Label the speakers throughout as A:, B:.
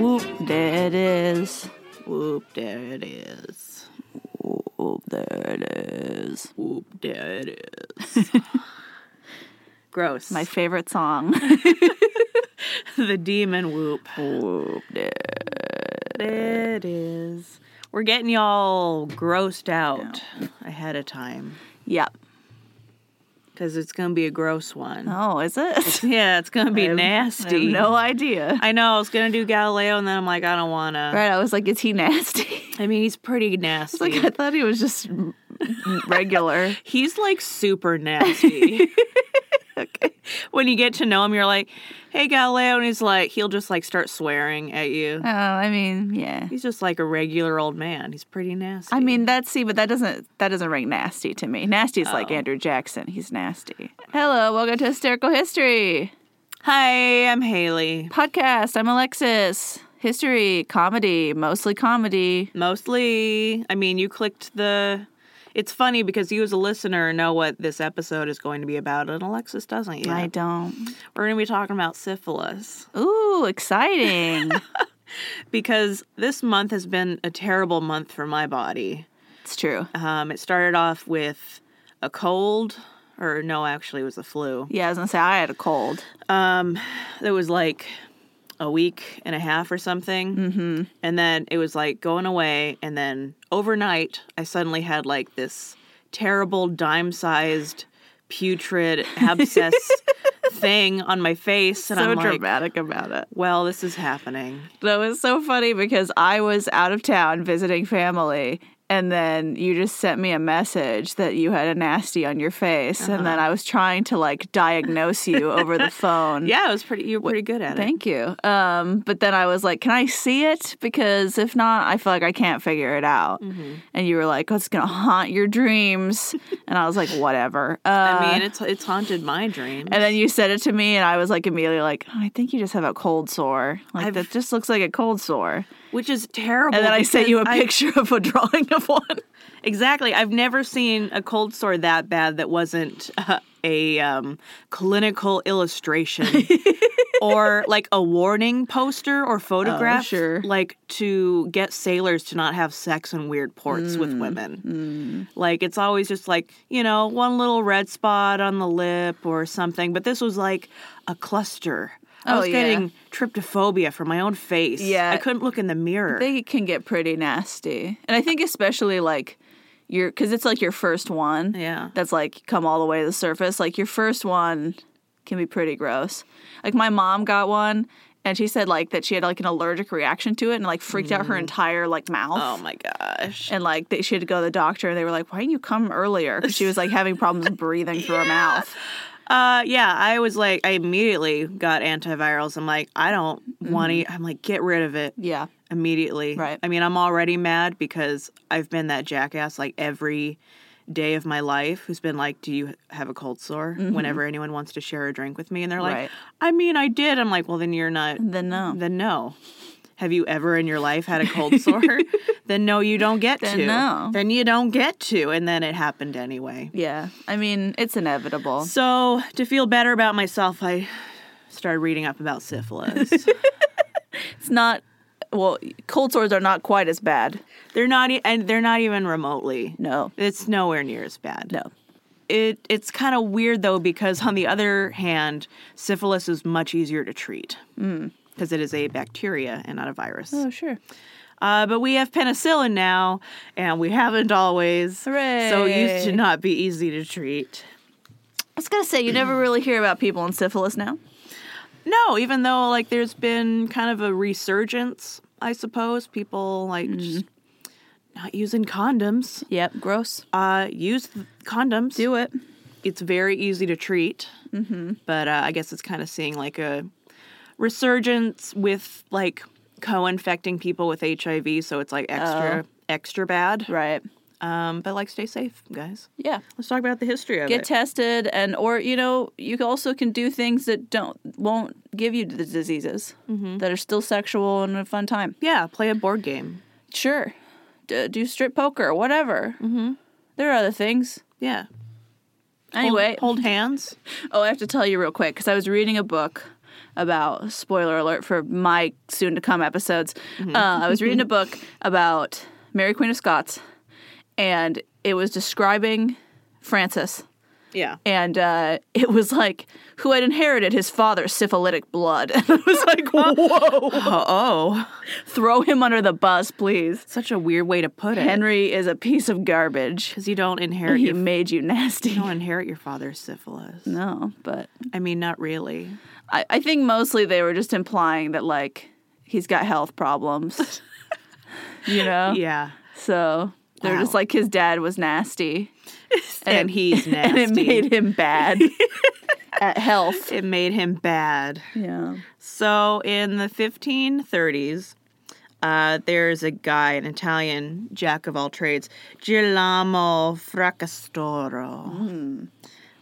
A: Whoop, there it is. Whoop, there it is. Whoop, there it is. Whoop, there it is. Gross.
B: My favorite song.
A: the demon whoop.
B: Whoop, there
A: There it is. We're getting y'all grossed out ahead of time
B: Yep.
A: because it's going to be a gross one.
B: Oh, is it?
A: Yeah, it's going to be
B: I have- I have
A: nasty.
B: no idea.
A: I know. I was going to do Galileo and then I'm like, I don't want to.
B: Right, I was like, is he nasty?
A: I mean, he's pretty nasty.
B: It's like I thought he was just m- m- regular.
A: He's like super nasty.
B: okay.
A: when you get to know him, you're like, hey, Galileo. And he's like, he'll just like start swearing at you.
B: Oh, I mean, yeah.
A: He's just like a regular old man. He's pretty nasty.
B: I mean, that's see, but that doesn't that doesn't ring nasty to me. Nasty's like
A: Oh.
B: Andrew Jackson. He's nasty. Hello, welcome to Hysterical History
A: hi, I'm Haley.
B: podcast. I'm Alexis. History, comedy, mostly comedy.
A: Mostly, I mean, you clicked the. It's funny because you, as a listener, know what this episode is going to be about, and Alexis doesn't yet.
B: I don't.
A: We're going to be talking about syphilis
B: Ooh, exciting.
A: because this month has been a terrible month for my body.
B: it's true.
A: Um, it started off with a cold, or no, actually, it was a flu.
B: Yeah, I was gonna say I had a cold.
A: Um, it was like a week and a half or something, mm-hmm. and then it was like going away, and then overnight, I suddenly had like this terrible dime-sized, putrid abscess thing on my face, and
B: so
A: I'm like,
B: dramatic about it.
A: "Well, this is happening."
B: That was so funny because I was out of town visiting family. And then you just sent me a message that you had a nasty on your face.
A: Uh-huh.
B: And then I was trying to like diagnose you over the phone.
A: Yeah, it was pretty. You were pretty good at it.
B: Thank you. Um, but then I was like, can I see it? Because if not, I feel like I can't figure it out. And you were like, oh, it's going to haunt your dreams. and I was like, whatever. Uh,
A: I mean, it's it's haunted my dreams.
B: and then you said it to me, and I was like, immediately like, oh, I think you just have a cold sore. Like,
A: I've-
B: that just looks like a cold sore.
A: which is terrible.
B: And then I sent you a
A: because I-
B: picture of a drawing of one.
A: Exactly. I've never seen a cold sore that bad that wasn't uh, a um, clinical illustration or like a warning poster or photograph.
B: sure.
A: Like to get sailors to not have sex in weird ports with
B: Mm,
A: women. Like it's always just like, you know, one little red spot on the lip or something. But this was like a cluster. I
B: Oh,
A: was
B: yeah.
A: getting tryptophobia from my own face.
B: Yeah.
A: I couldn't look in the mirror.
B: They can get pretty nasty. And I think especially like your because it's like your first one.
A: Yeah.
B: That's like come all the way to the surface. Like your first one can be pretty gross. Like my mom got one and she said like that she had like an allergic reaction to it and like freaked out her entire like mouth.
A: Mm. oh my gosh.
B: And like they, she had to go to the doctor, and they were like, "Why didn't you come earlier?" 'Cause she was like having problems breathing through her mouth.
A: Uh, yeah, I was like, I immediately got antivirals. I'm like, I don't want to. I'm like, get rid of it
B: Mm-hmm. Yeah,
A: immediately.
B: Right.
A: I mean, I'm already mad because I've been that jackass like every day of my life who's been like, do you have a cold sore? Whenever anyone wants to share a drink with me, and they're like,
B: Mm-hmm. Right.
A: I mean, I did. I'm like, well, then you're not.
B: then no,
A: Then no. Have you ever in your life had a cold sore? then no, you don't get
B: Then
A: to.
B: no.
A: Then you don't get to. And then it happened anyway.
B: yeah. I mean, it's inevitable.
A: So, to feel better about myself, I started reading up about syphilis.
B: It's not well, cold sores are not quite as bad.
A: they're not, e- and they're not even remotely.
B: No.
A: It's nowhere near as bad.
B: No.
A: It it's kind of weird though because on the other hand, syphilis is much easier to treat
B: Mm.
A: because it is a bacteria and not a virus.
B: sure.
A: Uh, but we have penicillin now, and we haven't always. So it used
B: Hooray.
A: to not be easy to treat.
B: I was gonna say you never really hear about people in syphilis now.
A: No, even though like there's been kind of a resurgence, I suppose people like just not using condoms.
B: Yep. Gross.
A: Uh, use th- condoms.
B: Do it.
A: It's very easy to treat, mm-hmm. but uh, I guess it's kind of seeing like a resurgence with like co-infecting people with HIV, so it's like extra extra bad.
B: Right.
A: Um, but like, stay safe, guys.
B: Yeah.
A: Let's talk about the history of
B: Get
A: it.
B: tested and or you know, you also can do things that don't won't give you the diseases that are still sexual and a fun time.
A: yeah, play a board game.
B: Sure. D- do strip poker, whatever. Mm-hmm. There are other things.
A: Yeah. Hold-
B: Anyway,
A: hold hands.
B: Oh, I have to tell you real quick because I was reading a book about spoiler alert for my soon to come episodes. Uh, I was reading a book about Mary Queen of Scots, and it was describing Francis
A: Yeah.
B: and uh, it was like who had inherited his father's syphilitic blood. And I was like, whoa,
A: Oh, oh,
B: throw him under the bus, please.
A: such a weird way to put it.
B: Henry is a piece of garbage.
A: Because you don't inherit
B: He Mm.
A: your, you
B: made you nasty.
A: don't inherit your father's syphilis.
B: No, but
A: I mean, not really.
B: I, I think mostly they were just implying that like he's got health problems. you know,
A: Yeah.
B: so they're
A: Wow.
B: just like his dad was nasty,
A: And,
B: it-
A: he's nasty.
B: and it made him bad at health.
A: it made him bad.
B: Yeah.
A: So in the 1530s, uh, there's a guy, an Italian jack of all trades, Girolamo Fracastoro,
B: Hmm.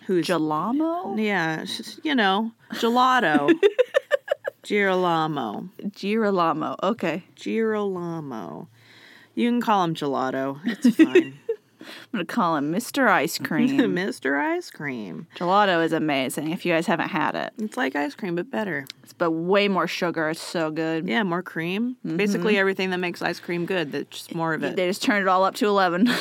A: who's
B: Jalamo?
A: yeah, sh- you know, gelato. Girolamo,
B: Girolamo. Okay.
A: Girolamo. You can call him gelato. It's fine.
B: I'm gonna call him Mr. Ice Cream.
A: Mr. Ice Cream.
B: Gelato is amazing. If you guys haven't had it,
A: It's like ice cream, but better.
B: it's but way more sugar. It's so good.
A: Yeah, more cream. Basically, everything that makes ice cream good. That's just more of it.
B: Mm-hmm. They just turned it all up to eleven.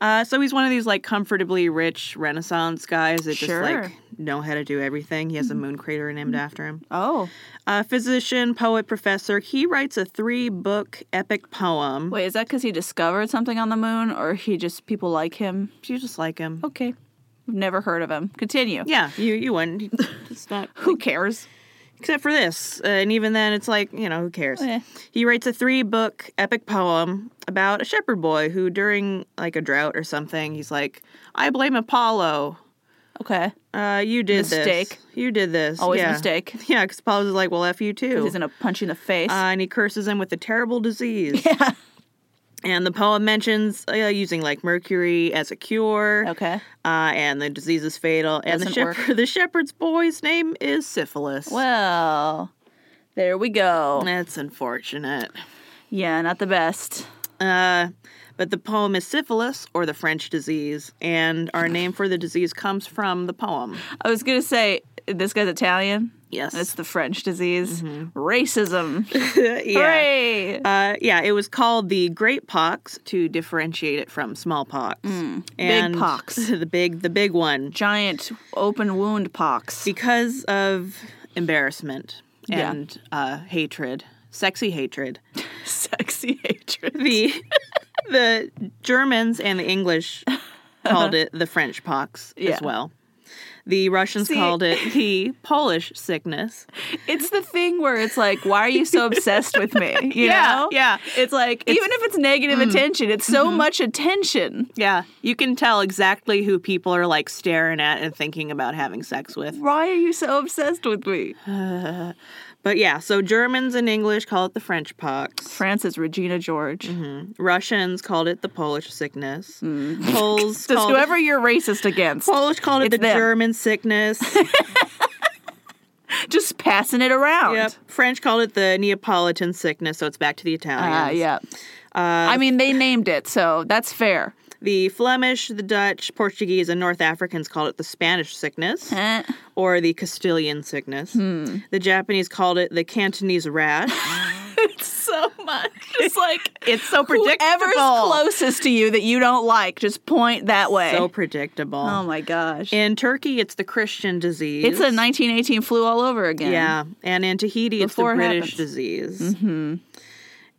A: Uh, so he's one of these like comfortably rich Renaissance guys that
B: Sure. Mm-hmm.
A: just like know how to do everything. He has a moon crater named after him.
B: oh,
A: Uh, physician, poet, professor. He writes a three-book epic poem.
B: wait, is that because he discovered something on the moon, or he just people like him?
A: You just like him.
B: Okay, never heard of him. Continue.
A: Yeah, you you wouldn't. It's not
B: Who cares?
A: except for this, uh, and even then, it's like you know who cares.
B: Eh.
A: He writes a three-book epic poem about a shepherd boy who, during like a drought or something, he's like, "I blame Apollo.
B: Okay,
A: Uh, you did
B: Mistake.
A: this. You did this.
B: always
A: yeah.
B: a mistake. 'Cause
A: Yeah, because Paul's is like, well, F you too.
B: He's gonna punch you in the face.
A: uh, and he curses him with a terrible disease. Yeah. And the poem mentions uh, using like mercury as a cure.
B: okay.
A: Uh, and the disease is fatal. And the,
B: Doesn't work.
A: shepherd, the shepherd's boy's name is syphilis.
B: Well, there we go.
A: That's unfortunate.
B: Yeah, not the best.
A: Uh, but the poem is syphilis, or the French disease, and our name for the disease comes from the poem.
B: I was gonna say this guy's Italian.
A: Yes.
B: It's the French disease. Racism.
A: yeah.
B: Hooray!
A: Uh, yeah, it was called the Great Pox to differentiate it from smallpox. And
B: Hmm. pox.
A: the big, the big one,
B: Giant open wound pox.
A: because of embarrassment
B: Yeah.
A: and uh, hatred, sexy hatred.
B: Sexy hatred.
A: The the Germans and the English called it the French pox
B: Yeah.
A: as well. The Russians
B: See-
A: called it the Polish sickness.
B: It's the thing where it's like, why are you so obsessed with me? You know?
A: yeah,
B: It's Mm. Mm-hmm. like, even if it's negative attention, it's so much attention.
A: yeah. You can tell exactly who people are like staring at and thinking about having sex with.
B: Why are you so obsessed with me?
A: But yeah, so Germans and English call it the French pox.
B: Francis Regina George.
A: Russians called it the Polish sickness. Poles
B: Just
A: called
B: Mm. whoever you're racist against,
A: Polish called it
B: It's
A: the
B: them.
A: German sickness.
B: just passing it around.
A: yep. French called it the Neapolitan sickness, so it's back to the
B: Ah,
A: Italians.
B: yeah. I mean, they named it, so that's fair.
A: The Flemish, the Dutch, Portuguese, and North Africans called it the Spanish sickness
B: Eh.
A: or the Castilian sickness.
B: Hmm.
A: The Japanese called it the Cantonese rash.
B: so much. It's like
A: it's so predictable.
B: whoever's closest to you that you don't like, just point that way.
A: So predictable.
B: oh my gosh.
A: In Turkey, it's the Christian disease.
B: it's a 1918 flu all over again.
A: Yeah, and in Tahiti, it's the
B: Before it
A: British
B: happens. Mm-hmm.
A: disease.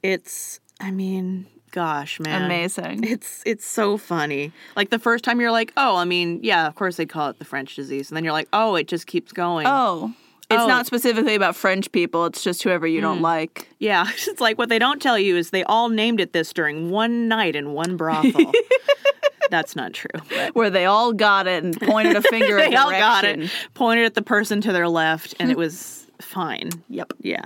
A: It's, I mean, gosh, man,
B: Amazing.
A: It's it's so funny. Like the first time you're like, oh, I mean, yeah, of course they call it the French disease, and then you're like, oh, it just keeps going.
B: Oh. It's
A: Oh. Hmm.
B: not specifically about French people, it's just whoever you don't like.
A: yeah. It's like what they don't tell you is they all named it this during one night in one brothel. That's not true. But
B: Where they all got it and pointed a finger at
A: they all got it. Pointed at the person to their left, and it was fine.
B: Yep.
A: Yeah.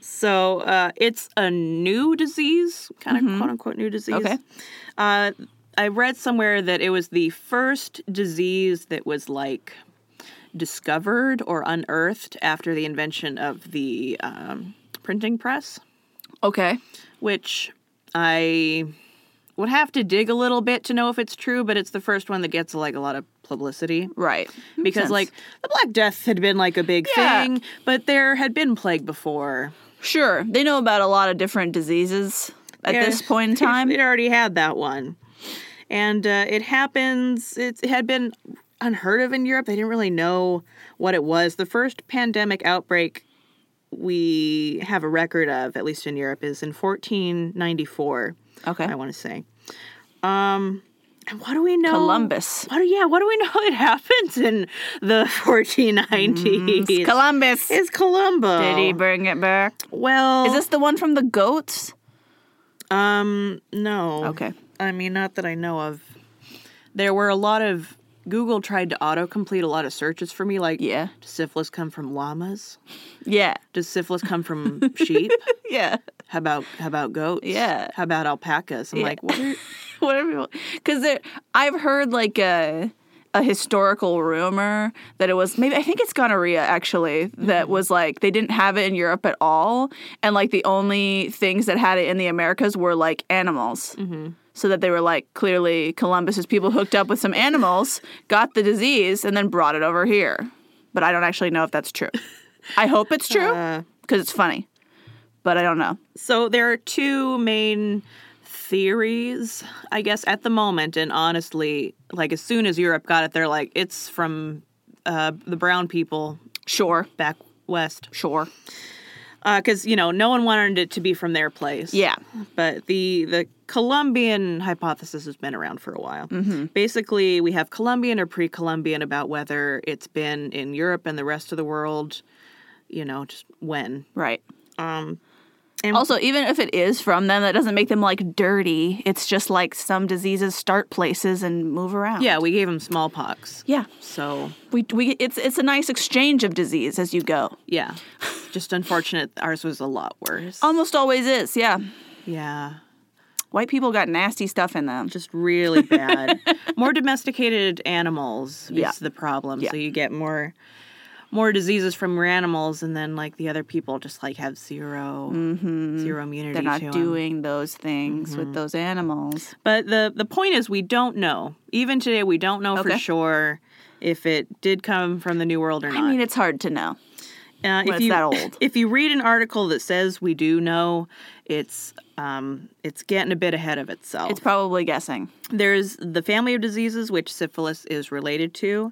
A: So uh, it's a new disease, kind of quote unquote new disease.
B: Okay.
A: Uh, I read somewhere that it was the first disease that was like discovered or unearthed after the invention of the um, printing press,
B: Okay.
A: which I would have to dig a little bit to know if it's true, but it's the first one that gets like a lot of publicity.
B: Right. Makes
A: because
B: sense.
A: like the Black Death had been like a big
B: Yeah.
A: thing, but there had been plague before.
B: sure, they know about a lot of different diseases at
A: Yeah,
B: this point in
A: they'd-
B: time.
A: They'd already had that one. And uh, it happens, it's, it had been unheard of in Europe. They didn't really know what it was. The first pandemic outbreak we have a record of, at least in Europe, is in 1494,
B: Okay.
A: I want to say. Um, and what do we know?
B: Columbus.
A: What do, yeah, what do we know that happens in the 1490s?
B: Mm, Columbus.
A: It's Columbo.
B: Did he bring it back?
A: Well,
B: Is this the one from the goats?
A: Um, no.
B: Okay.
A: I mean, not that I know of. There were a lot of Google tried to autocomplete a lot of searches for me, like
B: Yeah.
A: Does syphilis come from llamas?
B: Yeah.
A: Does syphilis come from sheep?
B: Yeah.
A: How about how about goats?
B: Yeah.
A: How about alpacas? I'm like, what? Are,
B: Whatever. Because I've heard like a a historical rumor that it was maybe I think it's gonorrhea actually that was like they didn't have it in Europe at all, and like the only things that had it in the Americas were like animals. So that they were like clearly Columbus's people hooked up with some animals, got the disease, and then brought it over here. But I don't actually know if that's true. I hope it's true because it's funny, but I don't know.
A: So there are two main theories, I guess, at the moment. And honestly, like as soon as Europe got it, they're like, it's from uh, the brown people
B: Sure,
A: back west.
B: sure.
A: because you know no one wanted it to be from their place.
B: Yeah.
A: but the the Colombian hypothesis has been around for a while.
B: Mm-hmm.
A: Basically, we have Colombian or pre-Columbian about whether it's been in Europe and the rest of the world. You know, just when.
B: Right.
A: Um, and-
B: also, even if it is from them, that doesn't make them like dirty. It's just like some diseases start places and move around.
A: Yeah, we gave them smallpox.
B: Yeah.
A: So
B: We, we it's it's a nice exchange of disease as you go.
A: yeah, just unfortunate. Ours was a lot worse.
B: Almost always is. Yeah.
A: yeah,
B: White people got nasty stuff in them.
A: just really bad. more domesticated animals
B: Yeah.
A: is the problem.
B: Yeah.
A: So you get more more diseases from your animals, and then like the other people just like have 0 zero immunity
B: Mm-hmm. They're
A: to
B: not
A: 'em.
B: doing those things
A: Mm-hmm.
B: with those animals.
A: But the the point is, we don't know. Even today, we don't know for
B: Okay.
A: sure if it did come from the New World or not.
B: I mean, it's hard to know.
A: Uh,
B: Well, it's that old.
A: If you read an article that says we do know, it's um, it's getting a bit ahead of itself.
B: It's probably guessing.
A: There's the family of diseases which syphilis is related to.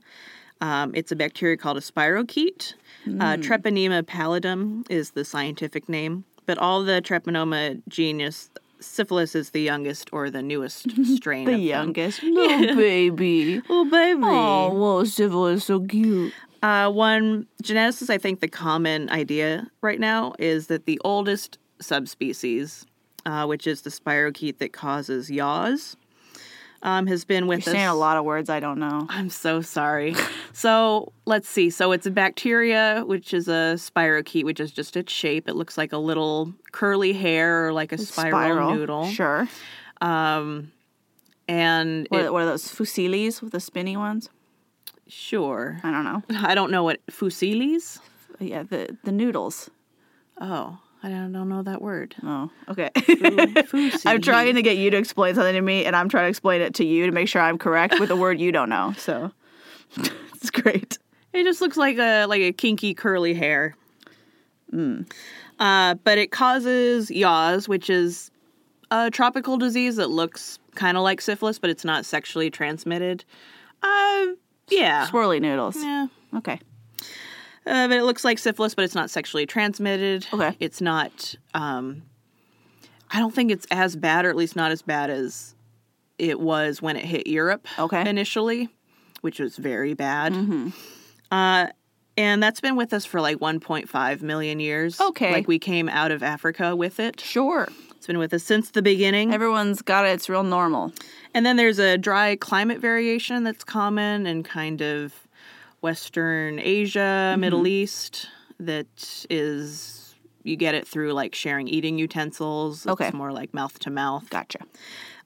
A: Um, it's a bacteria called a spirochete. Uh, Treponema pallidum is the scientific name, but all the Treponema genus syphilis is the youngest or the newest strain.
B: The
A: of them.
B: youngest little baby.
A: Oh baby.
B: Oh, whoa, Civil is so cute.
A: Uh, one geneticist, I think the common idea right now is that the oldest subspecies, uh, which is the spirochete that causes yaws, um, has been with
B: You're
A: us.
B: saying a lot of words I don't know.
A: I'm so sorry. so let's see. So it's a bacteria, which is a spirochete, which is just its shape. It looks like a little curly hair or like a spiral, noodle.
B: Sure.
A: And
B: What,
A: it,
B: what are those fusilis with the spinny ones?
A: sure.
B: I don't know.
A: I don't know what fusilis.
B: Yeah, the the noodles.
A: Oh, I don't, don't know that word.
B: Oh, okay.
A: Fusilis.
B: I'm trying to get you to explain something to me, and I'm trying to explain it to you to make sure I'm correct with a word you don't know. So it's great.
A: It just looks like a like a kinky curly hair. Uh, but it causes yaws, which is a tropical disease that looks kind of like syphilis, but it's not sexually transmitted. Uh, yeah.
B: Swirly noodles.
A: Yeah.
B: Okay.
A: Uh, but it looks like syphilis, but it's not sexually transmitted.
B: Okay.
A: It's not. Um, I don't think it's as bad, or at least not as bad as it was when it hit Europe.
B: Okay. Mm-hmm.
A: Initially, which was very bad. Uh, and that's been with us for like 1.5 million years.
B: Okay.
A: Like we came out of Africa with it.
B: Sure.
A: It's been with us since the beginning.
B: Everyone's got it. It's real normal.
A: And then there's a dry climate variation that's common in kind of Western Asia, Middle East, that is, you get it through like sharing eating utensils. It's
B: Okay.
A: more like mouth to mouth.
B: Gotcha.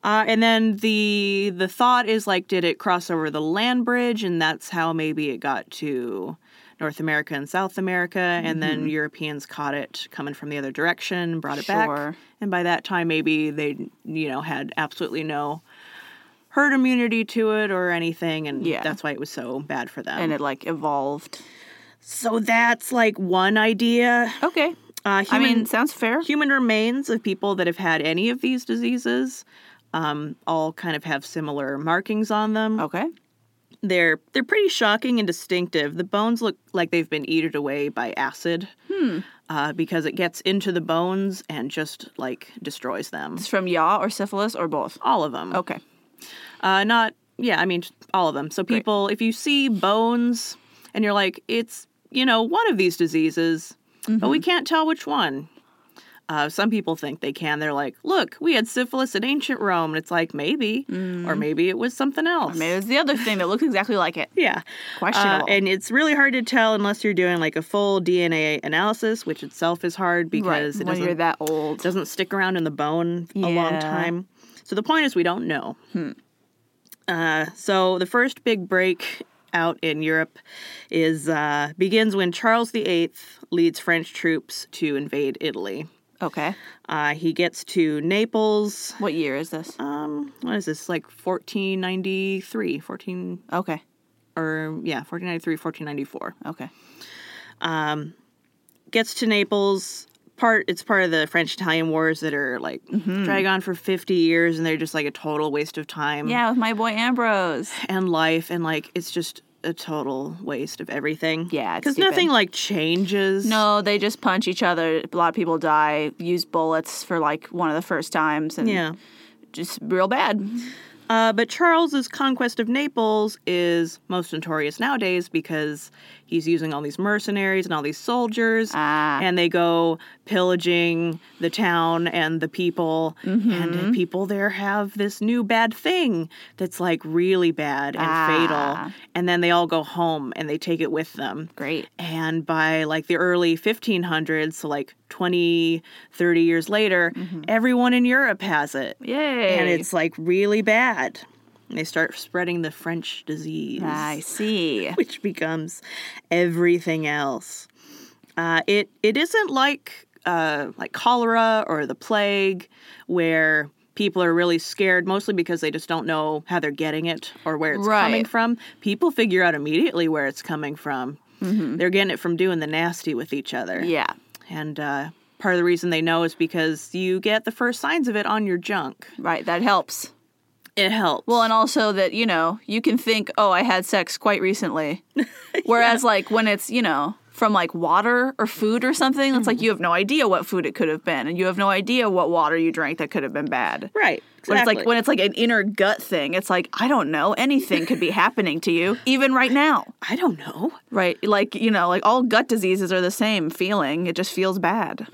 A: Uh, and then the the thought is like, did it cross over the land bridge, and that's how maybe it got to North America and South America,
B: Mm-hmm.
A: and then Europeans caught it coming from the other direction, brought it back,
B: Sure.
A: and by that time maybe they you know had absolutely no herd immunity to it or anything, and
B: Yeah.
A: that's why it was so bad for them.
B: and it like evolved.
A: so that's like one idea.
B: Okay. I
A: Uh, human,
B: mean, sounds fair.
A: human remains of people that have had any of these diseases um, all kind of have similar markings on them.
B: Okay.
A: They're they're pretty shocking and distinctive. The bones look like they've been eaten away by acid uh, because it gets into the bones and just like destroys them.
B: It's Oh, from yaw or syphilis or both.
A: All of them.
B: Okay.
A: Uh, not yeah, I mean all of them. So people, if you see bones and you're like, it's you know one of these diseases, but
B: Mm-hmm.
A: we can't tell which one. Uh, some people think they can. They're like, look, we had syphilis in ancient Rome, and it's like maybe, or maybe it was something else.
B: Mm. Maybe it's the other thing that looks exactly like it.
A: Yeah. Uh,
B: Questionable.
A: and it's really hard to tell unless you're doing like a full DNA analysis, which itself is hard
B: right.
A: because it
B: When
A: doesn't
B: you're that old.
A: doesn't stick around in the bone a long
B: Yeah.
A: time. So the point is, we don't know. Uh, so the first big break out in Europe is uh, begins when Charles VIII leads French troops to invade Italy.
B: Okay.
A: Uh, he gets to Naples.
B: What year is this?
A: Um, what is this? Like 1493, 14
B: Okay.
A: or yeah, 1493, 1494.
B: Okay.
A: gets to Naples. Part it's part of the French Italian wars that are like
B: Mm-hmm.
A: drag on for fifty years, and they're just like a total waste of time
B: Yeah, with my boy Ambrose.
A: and life, and like it's just a total waste of everything.
B: Yeah, it's
A: because
B: stupid.
A: nothing like changes.
B: No, they just punch each other. A lot of people die, use bullets for like one of the first times, and
A: yeah.
B: just real bad.
A: Uh, but Charles's conquest of Naples is most notorious nowadays because he's using all these mercenaries and all these soldiers,
B: Ah.
A: and they go pillaging the town and the people. And
B: Mm-hmm.
A: the people there have this new bad thing that's like really bad and
B: Ah.
A: fatal. And then they all go home and they take it with them.
B: Great.
A: And by like the early 1500s, so like 20, 30 years later,
B: Mm-hmm.
A: everyone in Europe has it
B: Yay.
A: and it's like really bad. And they start spreading the French disease,
B: I see.
A: which becomes everything else. Uh, it it isn't like uh, like cholera or the plague, where people are really scared, mostly because they just don't know how they're getting it or where it's coming
B: Right.
A: from. People figure out immediately where it's coming from. They're getting it from doing the nasty with each other.
B: Mm-hmm. Yeah.
A: And uh, part of the reason they know is because you get the first signs of it on your junk.
B: Right. That helps.
A: It helps.
B: Well, and also that, you know, you can think, oh, I had sex quite recently. Whereas, like, when it's, you know, from like water or food or something, it's like you have no idea what food it could have been, and you have no idea what water you drank that could have been bad.
A: Right.
B: When it's like when it's like an inner gut thing, it's like I don't know anything could be happening to you even right now.
A: I don't know.
B: Right? Like you know, like all gut diseases are the same feeling. It just feels bad.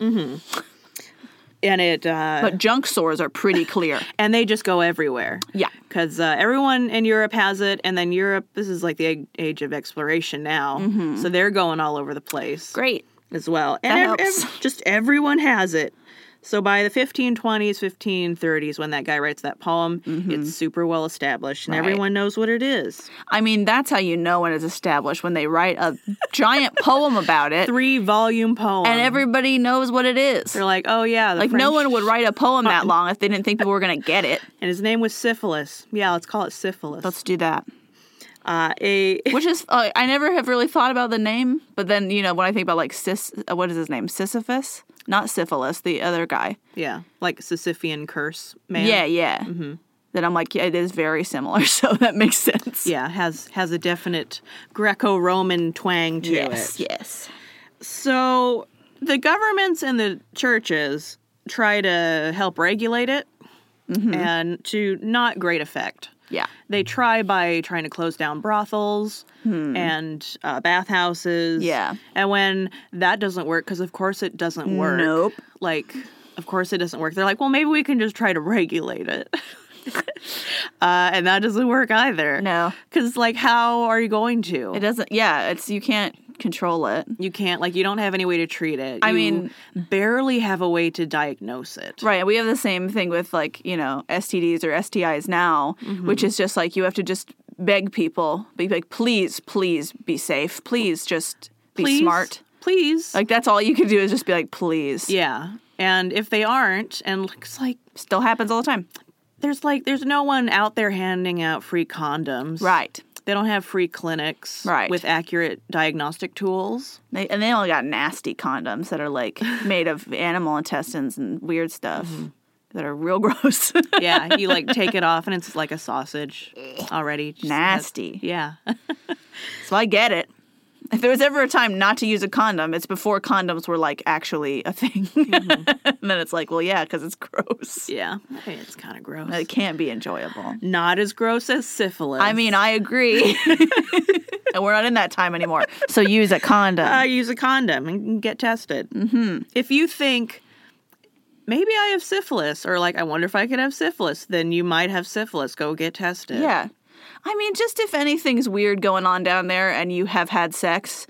A: And it uh,
B: But junk sores are pretty clear.
A: and they just go everywhere.
B: yeah.
A: Because uh, everyone in Europe has it, and then Europe, this is like the ag- age of exploration now. So they're going all over the place
B: Great.
A: as well. And
B: That
A: ev- ev-
B: helps.
A: just everyone has it. So by the 1520s, 1530s, when that guy writes that poem, it's super well established and
B: Right.
A: everyone knows what it is.
B: I mean, that's how you know when it's established when they write a giant poem about it,
A: Three volume poem.
B: and everybody knows what it is.
A: They're like, oh yeah. The
B: Like no
A: French-
B: one would write a poem that long if they didn't think people were gonna get it.
A: And his name was Syphilis. Yeah, let's call it Syphilis.
B: Let's do that.
A: uh, a,
B: Which is, uh, I never have really thought about the name, but then, you know, when I think about like Sis, uh, what is his name? Sisyphus? Not syphilis, the other guy.
A: yeah, like Sisyphean curse man.
B: Yeah, yeah. Mm-hmm. Then I'm like, yeah, it is very similar, so that makes sense.
A: yeah has has a definite greco-roman twang to
B: Yes,
A: it
B: yes.
A: so the governments and the churches try to help regulate it
B: Mm-hmm.
A: and to not great effect
B: Yeah.
A: they try by trying to close down brothels and uh, bathhouses
B: Hmm. Yeah.
A: and when that doesn't work because of course it doesn't work
B: Nope.
A: like of course it doesn't work they're like well maybe we can just try to regulate it uh, and that doesn't work either
B: No,
A: because, like, how are you going to?
B: it doesn't, yeah, it's, you can't control it.
A: you can't, like, you don't have any way to treat it.
B: I
A: You
B: mean-
A: barely have a way to diagnose it.
B: Right. We have the same thing with like, you know, STDs or STIs now,
A: Mm-hmm.
B: which is just like you have to just beg people, be like, please, please be safe. Please just be
A: please,
B: smart.
A: Please.
B: Like that's all you can do is just be like, please.
A: yeah. And if they aren't, and it's like,
B: Still happens all the time.
A: there's like, there's no one out there handing out free condoms.
B: Right.
A: They don't have free clinics
B: Right.
A: with accurate diagnostic tools.
B: They, and they only got nasty condoms that are like made of animal intestines and weird stuff
A: Mm-hmm.
B: that are real gross.
A: Yeah, you like take it off and it's like a sausage already. Just has-
B: Nasty.
A: yeah.
B: So I get it. If there was ever a time not to use a condom, it's before condoms were like actually a thing.
A: Mm-hmm.
B: and then it's like, well, yeah, because it's gross.
A: Yeah. I mean, it's kind of gross.
B: It can't be enjoyable.
A: Not as gross as syphilis.
B: I mean, I agree. and we're not in that time anymore. So use a condom.
A: I use a condom and get tested. Mm-hmm. If you think maybe I have syphilis, or like I wonder if I could have syphilis, then you might have syphilis. Go get tested.
B: yeah. I mean, just if anything's weird going on down there and you have had sex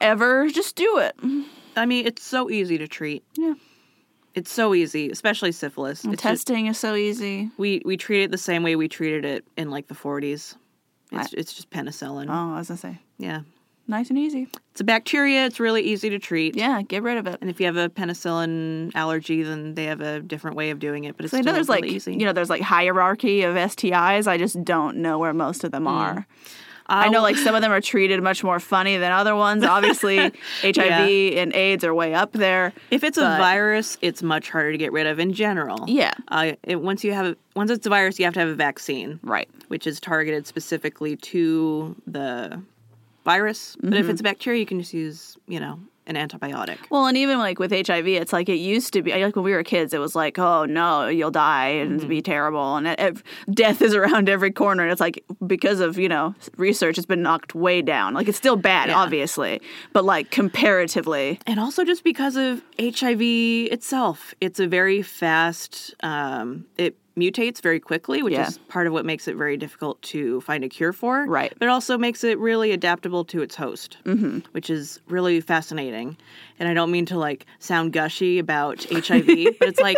B: ever, just do it.
A: I mean, it's so easy to treat.
B: Yeah.
A: It's so easy, especially syphilis. It's just-
B: Testing is so easy.
A: we we treat it the same way we treated it in like the 40s. It's, it's just penicillin.
B: Oh, I was going to say,
A: yeah.
B: nice and easy.
A: It's a bacteria. It's really easy to treat.
B: Yeah, get rid of it.
A: And if you have a penicillin allergy, then they have a different way of doing it. But it's
B: I
A: still
B: know there's
A: really
B: like
A: easy.
B: you know there's like hierarchy of STIs. I just don't know where most of them
A: Mm.
B: are. I know like some of them are treated much more funny than other ones. Obviously, HIV and AIDS are way up there.
A: If it's a
B: But-
A: virus, it's much harder to get rid of in general.
B: Yeah.
A: Uh, it, once you have once it's a virus, you have to have a vaccine,
B: Right.
A: which is targeted specifically to the virus. But
B: Mm-hmm.
A: if it's a bacteria, you can just use you know an antibiotic.
B: Well, and even like with HIV, it's like it used to be. Like when we were kids, it was like, oh no, you'll die and
A: Mm-hmm.
B: it'd be terrible, and it, it- death is around every corner. And it's like because of you know research, it's been knocked way down. Like it's still bad,
A: Yeah.
B: obviously, but like comparatively,
A: and also just because of HIV itself, it's a very fast. Um, it mutates very quickly, which
B: Yeah.
A: is part of what makes it very difficult to find a cure for.
B: Right.
A: but it also makes it really adaptable to its host, mm-hmm. which is really fascinating. And I don't mean to like sound gushy about HIV, but it's like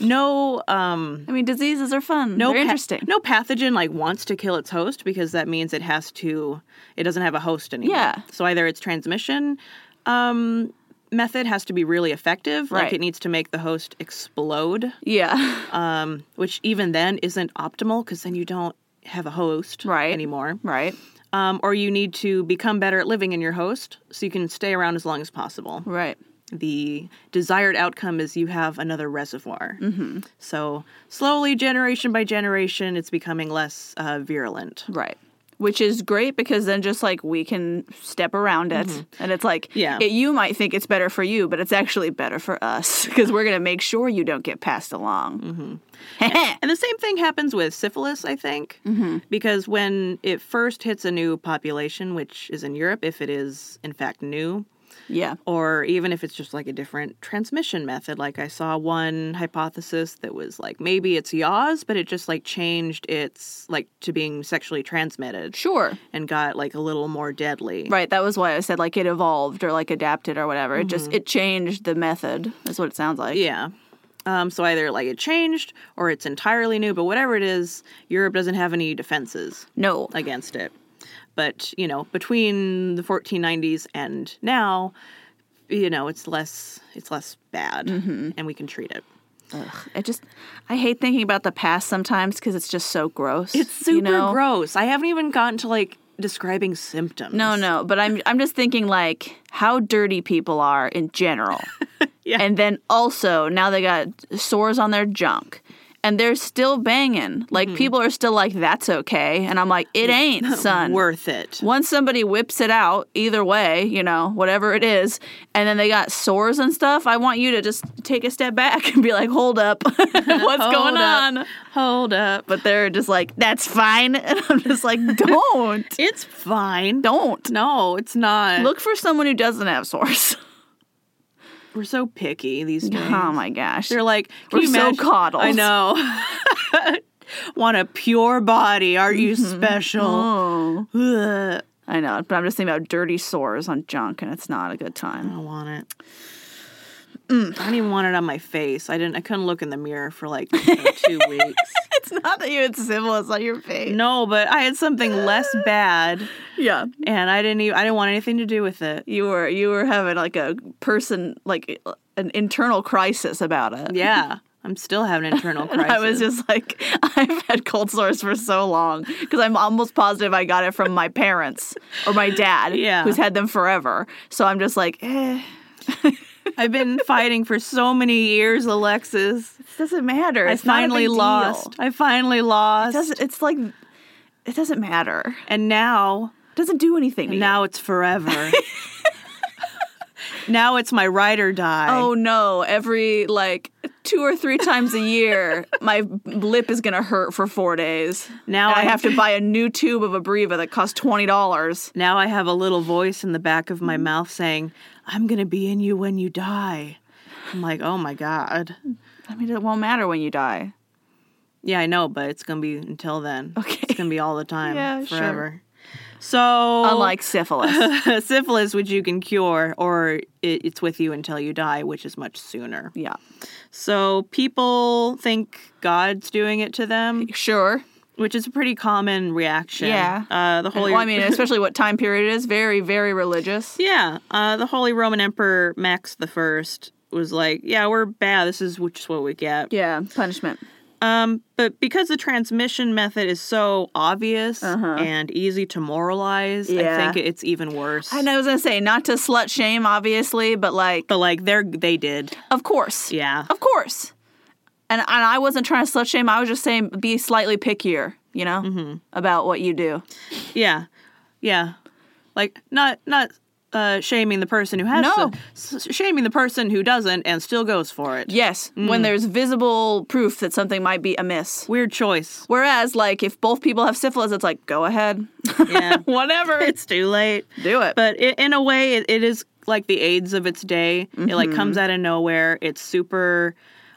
A: no. Um,
B: I mean, diseases are fun.
A: no
B: They're
A: pa-
B: interesting.
A: No pathogen like wants to kill its host because that means it has to. It doesn't have a host anymore.
B: Yeah.
A: So either its transmission um, method has to be really effective, like
B: Right.
A: it needs to make the host explode,
B: Yeah.
A: um, which even then isn't optimal because then you don't have a host
B: Right.
A: anymore.
B: Right.
A: Um, or you need to become better at living in your host so you can stay around as long as possible
B: Right.
A: the desired outcome is you have another reservoir. Mm-hmm. So slowly, generation by generation, it's becoming less uh, virulent.
B: Right. Which is great because then just like we can step around it. And it's like,
A: Mm-hmm. Yeah.
B: it, you might think it's better for you, but it's actually better for us because we're going to make sure you don't get passed along. Mm-hmm.
A: And the same thing happens with syphilis, I think, because when it first hits a new population, which is in Europe, if it is in fact new,
B: yeah.
A: or even if it's just like a different transmission method. Like I saw one hypothesis that was like maybe it's Yaws, but it just like changed its like to being sexually transmitted
B: Sure.
A: and got like a little more deadly.
B: Right. That was why I said like it evolved or like adapted or whatever. It just, it changed the method. That's what it sounds like.
A: Mm-hmm. Yeah. Um, so either like it changed or it's entirely new, but whatever it is, Europe doesn't have any defenses
B: No.
A: against it. But, you know, between the 1490s and now, you know, it's less it's less bad
B: Mm-hmm.
A: and we can treat it.
B: I just, I hate thinking about the past sometimes because it's just so gross.
A: It's super
B: you know?
A: gross. I haven't even gotten to like describing symptoms.
B: No, no, but I'm I'm just thinking like how dirty people are in general.
A: Yeah.
B: And then also now they got sores on their junk. And they're still banging. Like
A: Mm-hmm.
B: people are still like that's okay and I'm like it ain't, son.
A: Worth it.
B: Once somebody whips it out, either way, you know, whatever it is, and then they got sores and stuff, I want you to just take a step back and be like, "Hold up. What's
A: Hold
B: going
A: up.
B: on?"
A: Hold up.
B: But they're just like, "That's fine." And I'm just like, "Don't.
A: It's fine.
B: don't.
A: No, it's not.
B: Look for someone who doesn't have sores.
A: we're so picky these days.
B: Oh my gosh.
A: They're like,
B: We're
A: can you
B: so
A: imagine-
B: coddled.
A: I know. Want a pure body? Are you special?
B: Mm-hmm. oh.
A: Ugh.
B: I know, but I'm just thinking about dirty sores on junk and it's not a good time.
A: I want it. Mm, I don't even want it on my face. I didn't. I couldn't look in the mirror for like you know, two weeks.
B: it's not that you had syphilis on your face.
A: No, but I had something less bad,
B: Yeah.
A: and I didn't. Even, I didn't want anything to do with it.
B: You were you were having like a person like an internal crisis about it.
A: Yeah, I'm still having internal crisis.
B: I was just like, I've had cold sores for so long because I'm almost positive I got it from my parents or my dad,
A: Yeah.
B: who's had them forever. So I'm just like, eh,
A: I've been fighting for so many years, Alexis.
B: it doesn't matter.
A: I
B: It's not a
A: finally
B: big deal.
A: lost. I finally lost.
B: It doesn't, it's like, it doesn't matter.
A: and now,
B: It doesn't do anything. to you.
A: now it's forever. now it's my ride or die.
B: Oh no, every like two or three times a year, my lip is going to hurt for four days.
A: Now
B: And I
A: I-
B: have to buy a new tube of Abreva that costs $20.
A: Now I have a little voice in the back of
B: Mm.
A: my mouth saying, "I'm gonna be in you when you die." I'm like, oh my god.
B: I mean, it won't matter when you die.
A: Yeah, I know, but it's gonna be until then.
B: Okay.
A: It's gonna be all the time.
B: Yeah, sure.
A: forever. So
B: Unlike syphilis.
A: syphilis, which you can cure, or it, it's with you until you die, which is much sooner.
B: Yeah.
A: So people think God's doing it to them,
B: Sure.
A: which is a pretty common reaction.
B: Yeah.
A: Uh, the Holy.
B: Well, I mean, especially what time period it is. Very, very religious.
A: Yeah, uh, the Holy Roman Emperor Max the First was like, "Yeah, we're bad. This is just what we get."
B: Yeah. Punishment.
A: Um, but because the transmission method is so obvious and easy to moralize, I
B: Uh-huh. Yeah.
A: think it's even worse.
B: And I was going to say, not to slut shame, obviously, but like,
A: But like, they're they did.
B: of course.
A: Yeah.
B: Of course. And, and I wasn't trying to slut shame. I was just saying be slightly pickier, you know,
A: Mm-hmm.
B: about what you do.
A: Yeah, yeah. Like not not uh, shaming the person who has
B: No.
A: some- s- shaming the person who doesn't and still goes for it.
B: Yes.
A: Mm.
B: When there's visible proof that something might be amiss.
A: Weird choice.
B: Whereas, like, if both people have syphilis, it's like, go ahead.
A: Yeah,
B: Whatever.
A: it's too late.
B: do it.
A: But i in a way, it, it is like the AIDS of its day. It like
B: Mm-hmm.
A: comes out of nowhere. It's super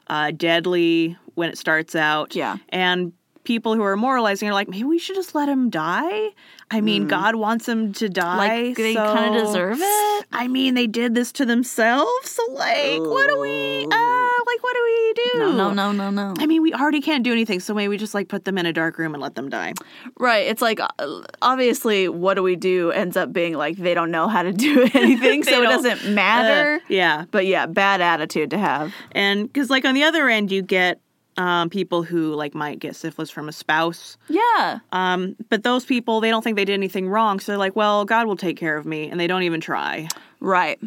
A: uh, deadly when it starts out.
B: Yeah.
A: and people who are moralizing are like, maybe we should just let him die. I mean, God wants him to die.
B: Mm-hmm. Like, they kinda
A: so-
B: deserve it?
A: I mean, they did this to themselves. So like, what do we? Uh, like, what do we do?
B: no, no, no, no, no.
A: I mean, we already can't do anything, so maybe we just like put them in a dark room and let them die.
B: Right. It's like uh, obviously, what do we do ends up being like they don't know how to do anything,
A: They
B: so it
A: don't-
B: doesn't matter.
A: Uh, yeah,
B: but yeah, bad attitude to have.
A: And because, like, on the other end, you get um, people who like might get syphilis from a spouse,
B: Yeah.
A: um, but those people they don't think they did anything wrong, so they're like, "Well, God will take care of me," and they don't even try.
B: Right.